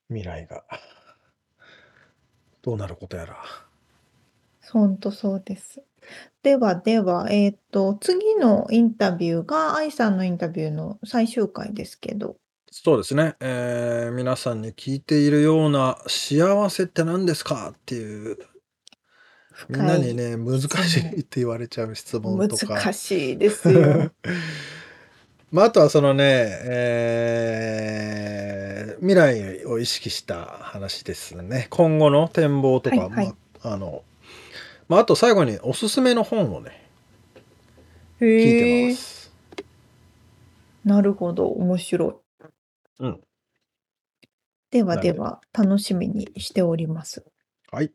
Speaker 3: 未来がどうなることやら。
Speaker 1: ほんとそうです。ではでは、えっ、と、次のインタビューが愛さんのインタビューの最終回ですけど。
Speaker 3: そうですね、えー皆さんに聞いているような幸せって何ですかっていうみんなにね難しいって言われちゃう質問とか
Speaker 1: 難しいです よ。
Speaker 3: まあ、あとはそのね、えー未来を意識した話ですね今後の展望とか、
Speaker 1: はいはい
Speaker 3: まああのまあ、あと最後におすすめの本をね聞いて
Speaker 1: へ
Speaker 3: ま
Speaker 1: え
Speaker 3: す。
Speaker 1: なるほど、面白い。
Speaker 3: うん、
Speaker 1: ではでは、楽しみにしております。
Speaker 3: はい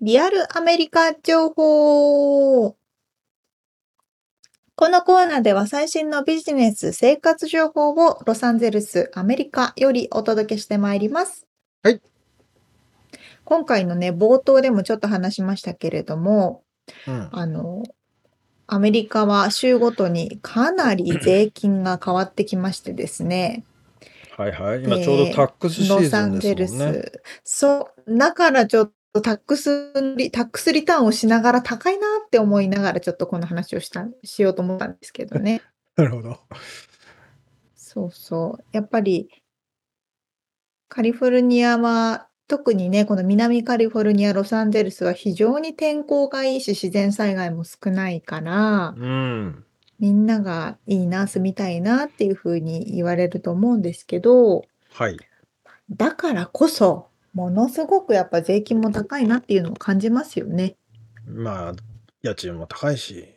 Speaker 1: リアルアメリカ情報このコーナーでは最新のビジネス、生活情報をロサンゼルス、アメリカよりお届けしてまいります。
Speaker 3: はい。
Speaker 1: 今回のね、冒頭でもちょっと話しましたけれども、
Speaker 3: うん
Speaker 1: あの、アメリカは州ごとにかなり税金が変わってきましてですね。
Speaker 3: はいはい、今ちょうどタックスシー
Speaker 1: ロサ
Speaker 3: ズン
Speaker 1: ンゼ
Speaker 3: で
Speaker 1: ル
Speaker 3: すもんね。
Speaker 1: ス。そう。だからちょっとタックスリ、タックスリターンをしながら高いなって思いながらちょっとこの話をした、しようと思ったんですけどね。
Speaker 3: なるほど。
Speaker 1: そうそう。やっぱりカリフォルニアは特にね、この南カリフォルニア、ロサンゼルスは非常に天候がいいし自然災害も少ないから、
Speaker 3: うん、
Speaker 1: みんながいいな、住みたいなっていうふうに言われると思うんですけど、
Speaker 3: はい。
Speaker 1: だからこそ、ものすごくやっぱ税金も高いなっていうのを感じますよね。
Speaker 3: まあ家賃も高いし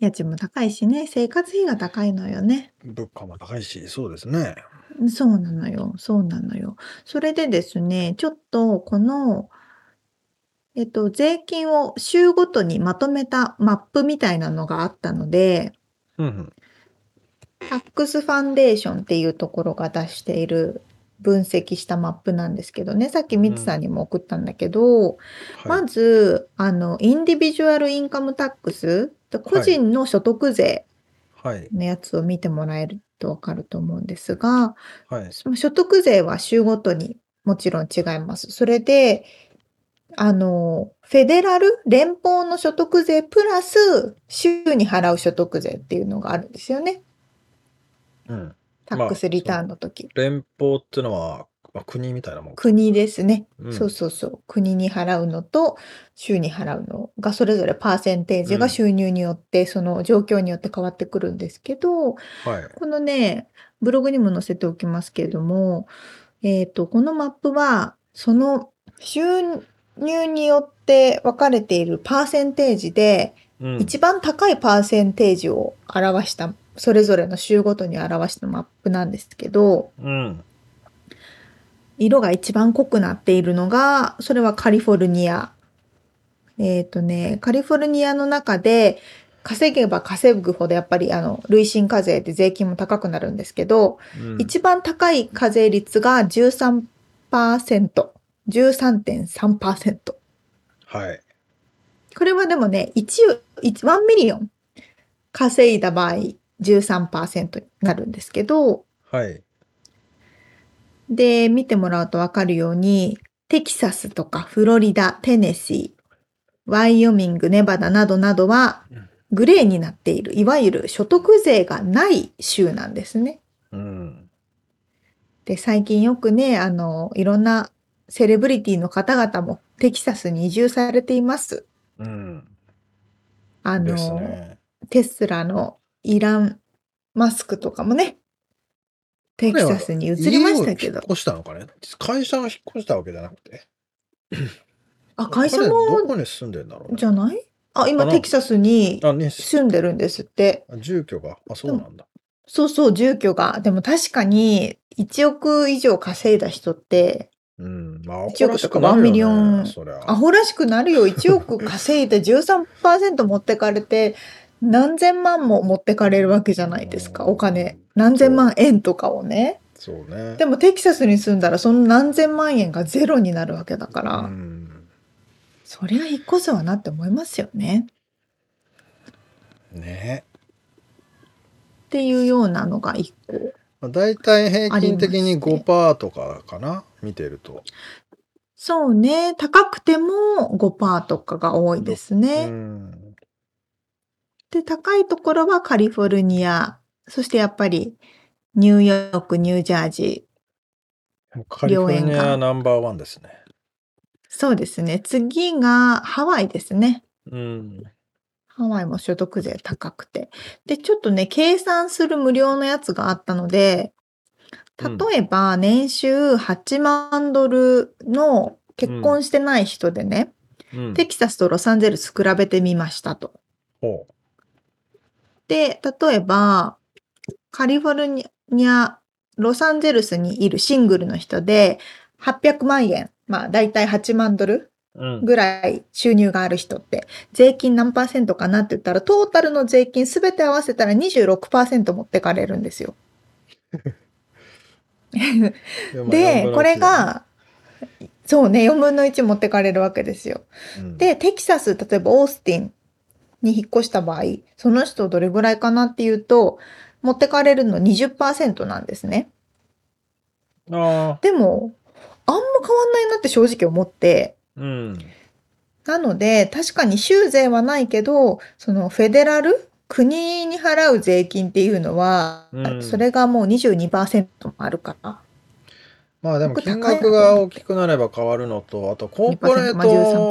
Speaker 1: 家賃も高いしね、生活費が高いのよね。
Speaker 3: 物価も高いしそうですね。
Speaker 1: そうなのよ、そうなのよ。それでですね、ちょっとこの、えっと、税金を州ごとにまとめたマップみたいなのがあったので、
Speaker 3: うんうん
Speaker 1: タックスファンデーションっていうところが出している分析したマップなんですけどね、さっきミツさんにも送ったんだけど、
Speaker 3: はい
Speaker 1: まず、あの、インディビジュアルインカムタックス、個人の所得税
Speaker 3: はい
Speaker 1: のやつを見てもらえるとわかると思うんですが、
Speaker 3: はい。
Speaker 1: その所得税は州ごとにもちろん違います。それで、あの、フェデラル、連邦の所得税プラス州に払う所得税っていうのがあるんですよね。
Speaker 3: うん
Speaker 1: タックスリターンの時。
Speaker 3: 連邦ってのは、まあ、国みたいなもんか。
Speaker 1: 国ですね。
Speaker 3: うん
Speaker 1: そうそうそう。国に払うのと州に払うのがそれぞれパーセンテージが収入によって、その状況によって変わってくるんですけど、
Speaker 3: はい。
Speaker 1: このね、ブログにも載せておきますけれども、えっと、このマップは、その収入によって分かれているパーセンテージで、
Speaker 3: うん
Speaker 1: 一番高いパーセンテージを表した、それぞれの州ごとに表したマップなんですけど、
Speaker 3: うん。
Speaker 1: 色が一番濃くなっているのが、それはカリフォルニア。えっ、とね、カリフォルニアの中で、稼げば稼ぐほどやっぱりあの、累進課税で税金も高くなるんですけど、
Speaker 3: うん
Speaker 1: 一番高い課税率が13%、13.3%。
Speaker 3: はい。
Speaker 1: これはでもね、1、1 1ミリオン稼いだ場合13%になるんですけど、
Speaker 3: はい。
Speaker 1: で、見てもらうとわかるように、テキサスとかフロリダ、テネシー、ワイオミング、ネバダなどなどは
Speaker 3: うん、
Speaker 1: グレーになっている、いわゆる所得税がない州なんですね。
Speaker 3: うん。
Speaker 1: で、最近よくね、あの、いろんなセレブリティの方々もテキサスに移住されています。
Speaker 3: うん。
Speaker 1: あの、
Speaker 3: ですね。
Speaker 1: テスラのイラン・マスクとかもね、テキサスに移りましたけ
Speaker 3: 家を
Speaker 1: ど
Speaker 3: 引っ、越したのかね会社が引っ越したわけじゃなくて。
Speaker 1: あ、会社
Speaker 3: 彼ど
Speaker 1: も
Speaker 3: こに住んでんだろう
Speaker 1: じ
Speaker 3: ね。
Speaker 1: ゃないあ、今
Speaker 3: あの
Speaker 1: テキサスに
Speaker 3: あ、ね、
Speaker 1: 住んでるんですって。
Speaker 3: 住居が。あ、そうなんだ。
Speaker 1: そうそう、住居が。でも確かに1億以上稼いだ人って、
Speaker 3: うん。まあ、ア
Speaker 1: 一億
Speaker 3: ホらし
Speaker 1: と
Speaker 3: く
Speaker 1: か
Speaker 3: な
Speaker 1: ワン
Speaker 3: る
Speaker 1: ミリオ
Speaker 3: よね。
Speaker 1: ン
Speaker 3: そりゃ。
Speaker 1: アホらしくなるよ。1億稼いで13%持ってかれて、何千万も持ってかれるわけじゃないですか、お金。何千万円とかをね。
Speaker 3: そうね。
Speaker 1: でもテキサスに住んだらその何千万円がゼロになるわけだから、
Speaker 3: うん。
Speaker 1: そりゃ引っ越すわなって思いますよね。
Speaker 3: ね。
Speaker 1: っていうようなのが一個。
Speaker 3: まあ、大体平均的
Speaker 1: あり
Speaker 3: に
Speaker 1: まして
Speaker 3: 5%とかかな見てると。
Speaker 1: そうね。高くても5%とかが多いです
Speaker 3: う
Speaker 1: ね。
Speaker 3: ん。
Speaker 1: で、高いところはカリフォルニア。そしてやっぱりニューヨーク、ニュージャージー。
Speaker 3: カリフォルニ
Speaker 1: 両縁
Speaker 3: ア
Speaker 1: が
Speaker 3: ナンバーワンですね。
Speaker 1: そうですね。次がハワイですね。
Speaker 3: うん。
Speaker 1: ハワイも所得税高くて。で、ちょっとね、計算する無料のやつがあったので、
Speaker 3: うん
Speaker 1: 例えば年収8万ドルの結婚してない人でね、
Speaker 3: うん、
Speaker 1: テキサスとロサンゼルス比べてみましたと。
Speaker 3: ほ
Speaker 1: で、例えば、カリフォルニア、ロサンゼルスにいるシングルの人で、800万円、まあ大体8万ドル
Speaker 3: う。うん。
Speaker 1: ぐらい収入がある人って、税金何パーセントかなって言ったら、トータルの税金すべて合わせたら26%持ってかれるんですよ。で、これ、が、そうね、4分の1持ってかれるわけですよ。
Speaker 3: うん、
Speaker 1: で、テキサス、例えばオースティンに引っ越した場合、その人どれぐらいかなっていうと、持ってかれるの20%なんですね。
Speaker 3: ああ、
Speaker 1: でも、あんま変わんないなって正直思って、
Speaker 3: うん。
Speaker 1: なので、確かに州税はないけど、そのフェデラル、国に払う税金っていうのは、
Speaker 3: うん
Speaker 1: それがもう22%もあるから。
Speaker 3: まあでも
Speaker 1: 僕高い
Speaker 3: 金
Speaker 1: な
Speaker 3: 額が大きくなれば変わるのと、あとコーポレ
Speaker 1: 2%まあ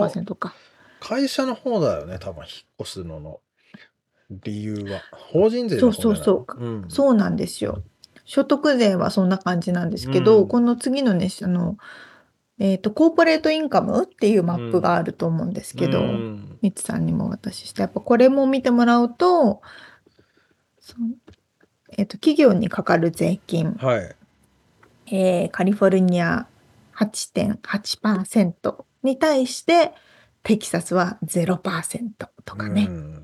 Speaker 3: ート、
Speaker 1: 13%か。
Speaker 3: 会社の方だよね、多分引っ越すのの理由は。法人税の
Speaker 1: そう
Speaker 3: 方じゃ
Speaker 1: そ
Speaker 3: な
Speaker 1: う
Speaker 3: い。
Speaker 1: そう
Speaker 3: うん、
Speaker 1: そうなんですよ。所得税はそんな感じなんですけど、
Speaker 3: うん
Speaker 1: この次のね、あの、えっ、と、コーポレートインカムっていうマップがあると思うんですけど、
Speaker 3: うん
Speaker 1: みつさんにもお渡しして、やっぱこれも見てもらうと、そうえっ、と、企業にかかる税金、
Speaker 3: はい。
Speaker 1: えーカリフォルニア8.8%に対してテキサスは0%とかね、
Speaker 3: うん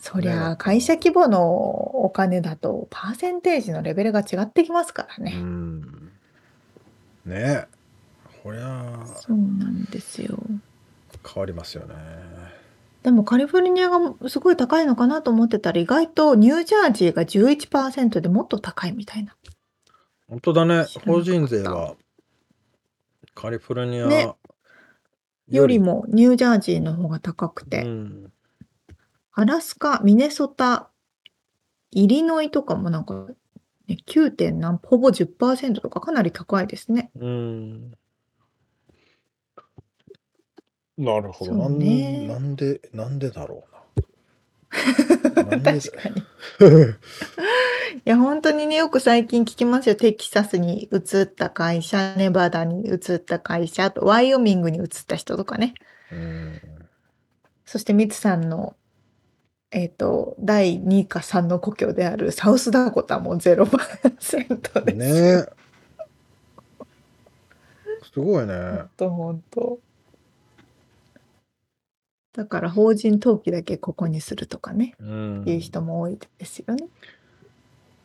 Speaker 1: そりゃあ会社規模のお金だとパーセンテージのレベルが違ってきますから
Speaker 3: う
Speaker 1: ね、
Speaker 3: んねえ。こりゃ
Speaker 1: そうなんですよ
Speaker 3: 変わりますよね。
Speaker 1: でもカリフォルニアがすごい高いのかなと思ってたら意外とニュージャージーが11%でもっと高いみたいな
Speaker 3: 本当だね
Speaker 1: 知らなかっ。た
Speaker 3: 法人税はカリフォルニア
Speaker 1: ねよりもニュージャージーの方が高くて、
Speaker 3: うん
Speaker 1: アラスカ、ミネソタ、イリノイとかもなんか、ね、9. 点何ほぼ10%とかかなり高いですね。
Speaker 3: うん。なるほど。
Speaker 1: そうね
Speaker 3: なんなんで、なんでだろうな。なん
Speaker 1: 確か
Speaker 3: でだ
Speaker 1: に。いや本当にねよく最近聞きますよ。テキサスに移った会社、ネバダに移った会社、あとワイオミングに移った人とかね。
Speaker 3: うん。
Speaker 1: そしてミツさんの、えっと第2か3の故郷であるサウスダコタも0%です。
Speaker 3: ねすごいね。
Speaker 4: 本当本当。だから法人登記だけここにするとかね、
Speaker 3: うん
Speaker 4: いう人も多いですよね。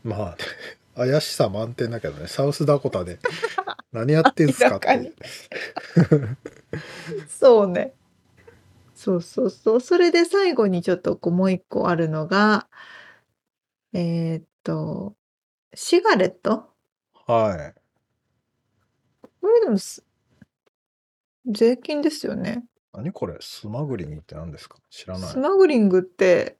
Speaker 3: まあ怪しさ満点だけどねサウスダコタで何やってんすかっ
Speaker 4: 明らか
Speaker 3: て
Speaker 4: にそうね。そうそうそう。それで最後にちょっとこうもう一個あるのが、えーっと、シガレット
Speaker 3: は
Speaker 4: これでもす税金ですよね。
Speaker 3: い何これスマグリングって何ですか知らない
Speaker 4: スマグリングって、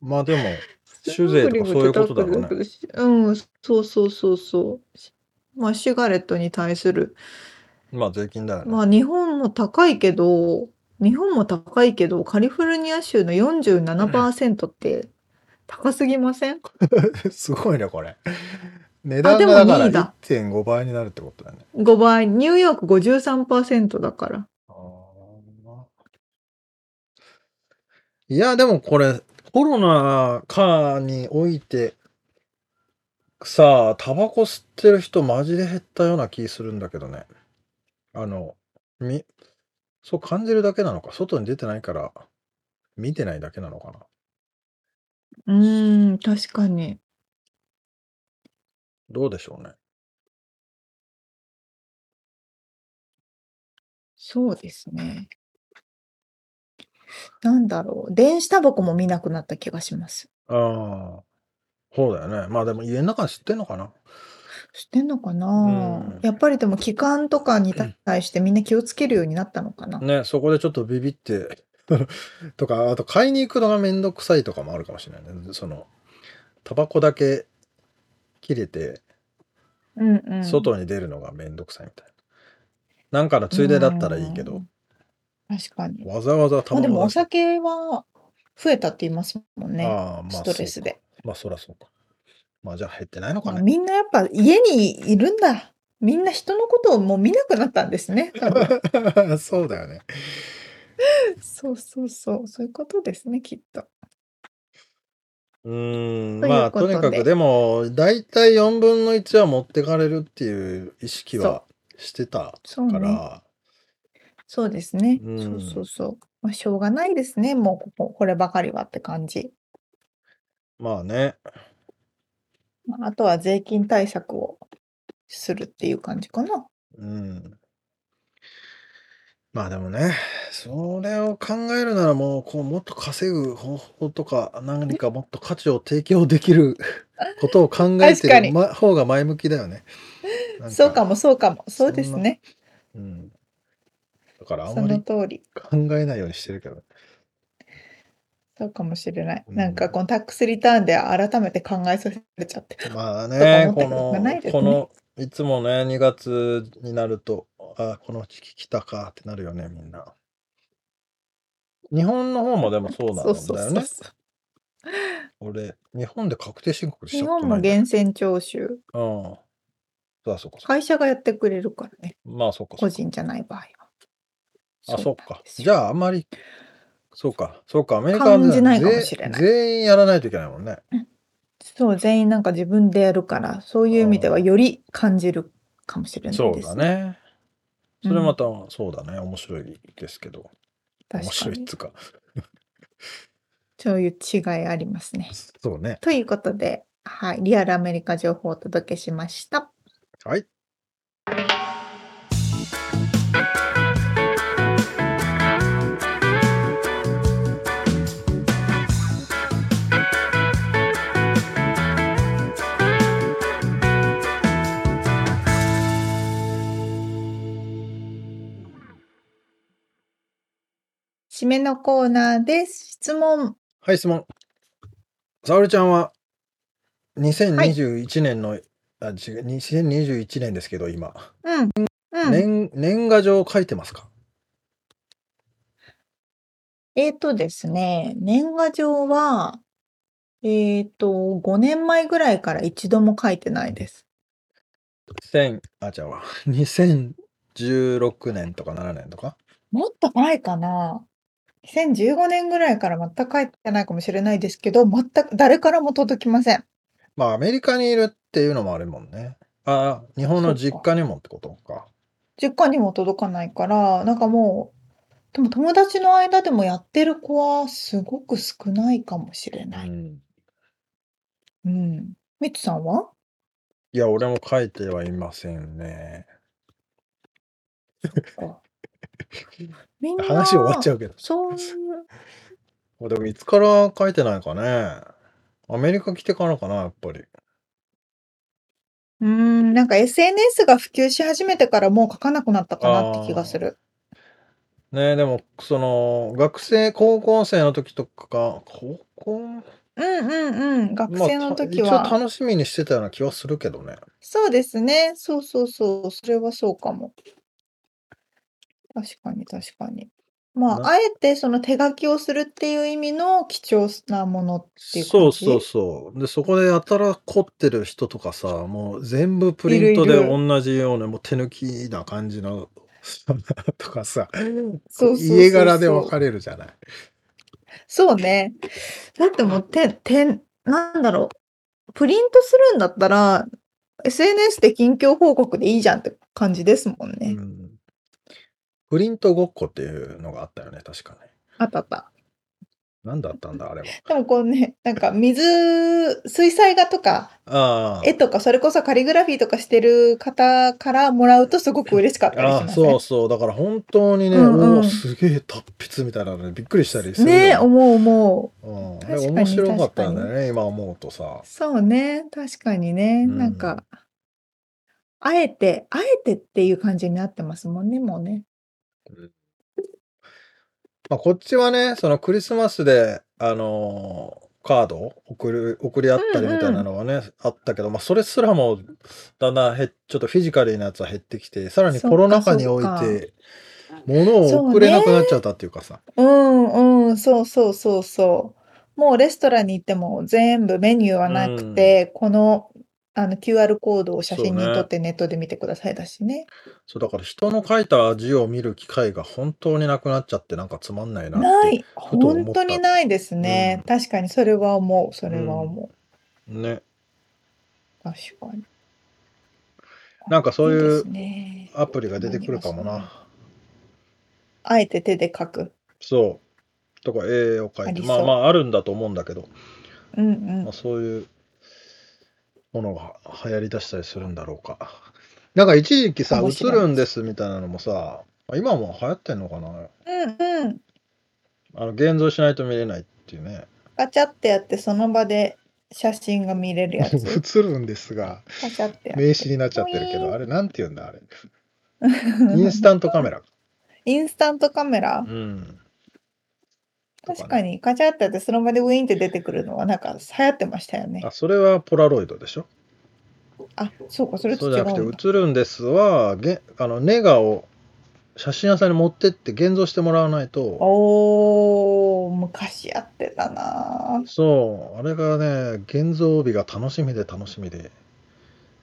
Speaker 3: まあでも
Speaker 4: スマ
Speaker 3: 酒税と
Speaker 4: グ
Speaker 3: か
Speaker 4: リング
Speaker 3: そういうことだろうね
Speaker 4: ってだけどうん、そうそうそうそうし。まあ、シガレットに対する、
Speaker 3: まあ税金だよね、
Speaker 4: まあ、日本も高いけど、日本も高いけど、カリフォルニア州の47%って高すぎません
Speaker 3: すごいねこれ値
Speaker 4: あ
Speaker 3: 段
Speaker 4: でも
Speaker 3: がだから
Speaker 4: 2位だ
Speaker 3: 1.5倍になるってことだよね
Speaker 4: ?5 倍、ニューヨーク53%だから。
Speaker 3: いやでもこれコロナ禍においてさあタバコ吸ってる人マジで減ったような気するんだけどねあのみそう感じるだけなのか外に出てないから見てないだけなのかな
Speaker 4: うーん、確かに。
Speaker 3: どうでしょうね
Speaker 4: そうですね。
Speaker 1: なんだろう。電子タバコも見なくなった気がします。
Speaker 3: ああそうだよねまあでも家の中で吸ってんのかな
Speaker 1: してんのかな、
Speaker 3: うん
Speaker 1: やっぱりでも期間とかに対してみんな気をつけるようになったのかな、
Speaker 3: ね、そこでちょっとビビって とか、あと買いに行くのがめんどくさいとかもあるかもしれないね。その、タバコだけ切れて、
Speaker 4: うんうん。
Speaker 3: 外に出るのがめんどくさいみたいな。なんかのついでだったらいいけ
Speaker 4: う
Speaker 3: ど、
Speaker 1: 確かに。
Speaker 3: わざわざタ
Speaker 1: まあ、
Speaker 3: バ
Speaker 1: で
Speaker 3: コ
Speaker 1: もお
Speaker 3: 出す
Speaker 1: 酒は増えたって言いますもんね。
Speaker 3: ああまあ
Speaker 1: ストレスで。
Speaker 3: そうかまあ、そらそうか。まあ、じゃあ減ってないのか
Speaker 1: まあ
Speaker 3: ね。
Speaker 1: みんなやっぱ家にいるんだ。みんな人のことをもう見なくなったんですね。多分
Speaker 3: そうだよね。
Speaker 1: そうそうそう。そういうことですね、きっと。
Speaker 3: うーん、
Speaker 1: という
Speaker 3: まあ、
Speaker 1: ことと
Speaker 3: に
Speaker 1: で
Speaker 3: かくでも、だいたい4分の1は持ってかれるっていう意識はしてた
Speaker 1: そう
Speaker 3: か
Speaker 1: ね。
Speaker 3: ら、
Speaker 1: そうですね。
Speaker 3: うん
Speaker 1: そうそうそう。まあ、しょうがないですね。もうこここればかりはって感じ。
Speaker 3: まあね、
Speaker 1: まあ、あとは税金対策をするっていう感じかな。
Speaker 3: うん。まあでもね、それを考えるならもう、こう、もっと稼ぐ方法とか、何かもっと価値を提供で きることを考え
Speaker 1: 確か
Speaker 3: てる、
Speaker 1: に
Speaker 3: ま、方が前向きだよね。なん
Speaker 1: そうかも、そうかも。そうです
Speaker 3: そんな
Speaker 1: ね。
Speaker 3: うん。だからあん
Speaker 1: その
Speaker 3: まり
Speaker 1: 通り。
Speaker 3: 考えないようにしてるけど。
Speaker 1: そうかもしれない。
Speaker 3: うん
Speaker 1: なんかこのタックスリターンで改めて考えさせられちゃって。
Speaker 3: ま
Speaker 1: か
Speaker 3: あね
Speaker 1: 思、った
Speaker 3: こ
Speaker 1: ことが
Speaker 3: の、
Speaker 1: ないですね
Speaker 3: この、いつもね、2月になると、あ、この時期来たかってなるよね、みんな。日本の方もでもそうなんだよね。
Speaker 4: う。
Speaker 3: 俺、日本で確定申告し
Speaker 4: 日
Speaker 3: ちゃっ
Speaker 4: 本
Speaker 3: た
Speaker 4: も
Speaker 3: ないんだよ
Speaker 4: 源泉徴収。
Speaker 3: うん。そうだ、そうか、そうか。
Speaker 4: 会社がやってくれるからね。
Speaker 3: まあ、そうか、そ
Speaker 1: 個
Speaker 3: うか。
Speaker 1: 人じゃない場合は。
Speaker 3: あ、そう
Speaker 1: なん
Speaker 3: か。
Speaker 1: ですよ
Speaker 3: じゃあ、あんまり、そうか、そうか、アメリカ
Speaker 1: 感じないかもしれない
Speaker 3: ぜ全員やらないといけないもんね。
Speaker 1: そう、全員なんか自分でやるから、そういう意味ではより感じるかもしれないです
Speaker 3: そうだ。ね。
Speaker 1: う
Speaker 3: そ
Speaker 1: ん
Speaker 3: れまた、そうだね。面白いですけど。面
Speaker 1: 確か
Speaker 3: 白いっ
Speaker 1: に
Speaker 3: つ。うか。
Speaker 1: そういう違いありますね。
Speaker 3: そうね。
Speaker 1: ということで、はい、リアルアメリカ情報をお届けしました。
Speaker 3: はい。
Speaker 1: 締めのコーナーです。質問。
Speaker 3: はい、質問。沙織ちゃんは、2021年の、あ、違う、2021年ですけど、今。
Speaker 1: うん。うん。
Speaker 3: 年、年賀状書いてますか
Speaker 1: えーとですね、年賀状は、えーと、5年前ぐらいから一度も書いてないです。
Speaker 3: 千あじゃ あ2016年とか7年とか
Speaker 1: もっと前かな。2015年ぐらいから全く書いてないかもしれないですけど、全く誰からも届きません。
Speaker 3: まあアメリカにいるっていうのもあるもんねああ日本の実家にもってことか
Speaker 1: 実家にも届かないから、なんかもう、でも友達の間でもやってる子はすごく少ないかもしれない。
Speaker 3: ん
Speaker 1: うん。みつさんはい
Speaker 3: や、俺も書いてはいませんね。
Speaker 1: みんな、
Speaker 3: 話終わっちゃうけど。
Speaker 1: そういう、
Speaker 3: あでもいつから書いてないかね。アメリカ来てからかな、やっぱり。
Speaker 1: うん、なんか SNS が普及し始めてからもう書かなくなったかなって気がする。
Speaker 3: ねでも、その、学生、高校生の時とか、高校
Speaker 1: うんうんうん。学生の時
Speaker 3: まあ
Speaker 1: は
Speaker 3: た。一応楽しみにしてたような気はするけどね。
Speaker 1: そうですね。そうそうそう。それはそうかも。確かに確かに。ま
Speaker 3: な
Speaker 1: あ、あえてその手書きをするっていう意味の貴重なものっていう感
Speaker 3: そう
Speaker 1: じ
Speaker 3: そうそう。で、そこでやたら凝ってる人とかさ、もう全部プリント
Speaker 1: いる
Speaker 3: で
Speaker 1: いる
Speaker 3: 同じような、もう手抜きな感じの、 とかさ、
Speaker 1: そうそうそうそう
Speaker 3: 家柄で分かれるじゃない。
Speaker 1: そうね。だってもう、て、て、なんだろう。プリントするんだったら、SNS で近況報告でいいじゃんって感じですもんね。
Speaker 3: うんプリントごっこっていうのがあったよね、確かね。
Speaker 1: あったあった。
Speaker 3: 何だったんだ、あれは。
Speaker 1: でもこうね、なんか水、水彩画とか、
Speaker 3: ああ。
Speaker 1: 絵とか、それこそカリグラフィーとかしてる方からもらうとすごく嬉しかったり
Speaker 3: あ
Speaker 1: し
Speaker 3: あ
Speaker 1: ます
Speaker 3: そ
Speaker 1: ね
Speaker 3: う。そうだから本当にね、
Speaker 1: うんうん
Speaker 3: おおすげえ達筆みたいなのねびっくりしたりするよ
Speaker 1: ねえ、思う思う。
Speaker 3: うん、で
Speaker 1: 確かに
Speaker 3: 面白かったんだよね今思うとさ
Speaker 1: そうね、確かにね、
Speaker 3: うん
Speaker 1: なんか、あえて、あえてっていう感じになってますもんね、もうね。
Speaker 3: まあ、こっちはね、そのクリスマスで、あのーカードを送る、送り合ったりみたいなのはね、あったけど、まあ、それすらも、だんだんへ、ちょっとフィジカルなやつは減ってきて、さらにコロナ禍において、物を送れなくなっちゃったっていうかさ、
Speaker 1: うんうん、そうそうそうそう。もうレストランに行っても全部メニューはなくて、この、あの QR コードを写真に
Speaker 3: そうね
Speaker 1: 撮ってネットで見てくださいだしね。
Speaker 3: そう、だから人の書いた字を見る機会が本当になくなっちゃって、なんかつまんないなって。
Speaker 1: ない、
Speaker 3: ふと思った
Speaker 1: 本当にないですね。
Speaker 3: うん
Speaker 1: 確かにそれは思う、それは思
Speaker 3: ね。
Speaker 1: う。確かに。
Speaker 3: なんかそう
Speaker 1: いい
Speaker 3: い
Speaker 1: で
Speaker 3: う
Speaker 1: すね。
Speaker 3: アプリが出てくるかも
Speaker 1: ありま
Speaker 3: な。
Speaker 1: あえて手で書く。
Speaker 3: そう。とか、絵を描い
Speaker 1: あ
Speaker 3: て、
Speaker 1: り
Speaker 3: まあ
Speaker 1: そう
Speaker 3: まあ、あるんだと思うんだけど。
Speaker 1: うんう
Speaker 3: まあ、
Speaker 1: ん。
Speaker 3: そういうものが流行りだしたりするんだろう か。なんか一時期さ、
Speaker 1: かもし
Speaker 3: 映
Speaker 1: れない
Speaker 3: るんですみたいなのもさ、あ今も流行ってんのかな
Speaker 1: うんうん。
Speaker 3: あの現像しないと見れないっていうね。
Speaker 1: ガチャってやって、その場で写真が見れるやつ。 ガ
Speaker 3: 映るんですが、
Speaker 1: チャってやって。
Speaker 3: 名刺になっちゃってるけ
Speaker 1: ポイー
Speaker 3: ど、
Speaker 1: ン
Speaker 3: あれなんて言うんだ、あれ。インスタントカメラ。
Speaker 1: インスタントカメラ
Speaker 3: う。ん。とね
Speaker 1: 確かに、ガチャってやって、その場でウィーンって出てくるのは、なんか流行ってましたよね
Speaker 3: あ、。それはポラロイドでしょ
Speaker 1: あ、そうか、それ
Speaker 3: そ
Speaker 1: と
Speaker 3: うじ
Speaker 1: 違
Speaker 3: ゃな
Speaker 1: うんだ
Speaker 3: く。て、映るんですは、げあのネガを写真屋さんに持ってって現像してもらわないと。
Speaker 1: おー、昔やってたなぁ
Speaker 3: そう、あれがね、現像日が楽しみで楽しみで、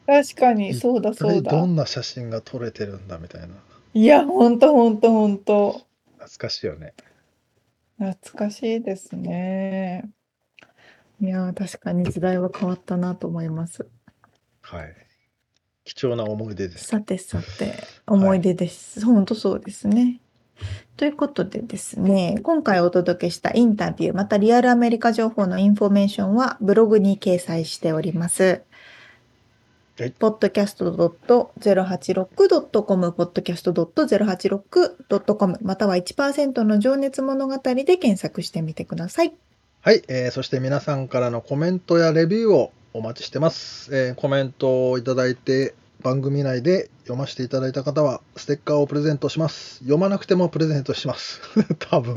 Speaker 1: 確かに、そうだ
Speaker 3: 一
Speaker 1: そう
Speaker 3: 体ど
Speaker 1: だ。
Speaker 3: んな写真が撮れてるんだみたいな、
Speaker 1: いや、ほんとほんとほんと。
Speaker 3: 懐かしいよね。
Speaker 1: 懐かしいですね。いやー、確かに時代は変わったなと思います。
Speaker 3: はい。貴重な思い出です。
Speaker 1: さてさて、思い出です。本当そうですね。ということでですね、今回お届けしたインタビュー、またリアルアメリカ情報のインフォメーションはブログに掲載しております。
Speaker 3: はい、
Speaker 1: podcast.086.com、podcast.086.com、または1%の情熱物語で検索してみてください。
Speaker 3: はい、えーそして皆さんからのコメントやレビューをお待ちしてます。えーコメントをいただいて、番組内で読ませていただいた方は、ステッカーをプレゼントします。読まなくてもプレゼントします。 多分。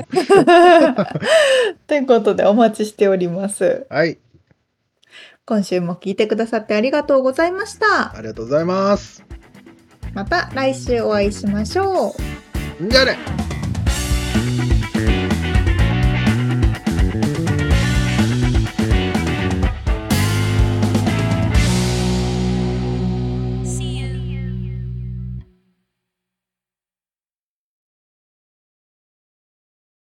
Speaker 1: ということでお待ちしております。
Speaker 3: はい、
Speaker 1: 今週も聞いてくださってありがとうございました。
Speaker 3: ありがとうございます。
Speaker 1: また来週お会いしましょう。
Speaker 3: じゃあね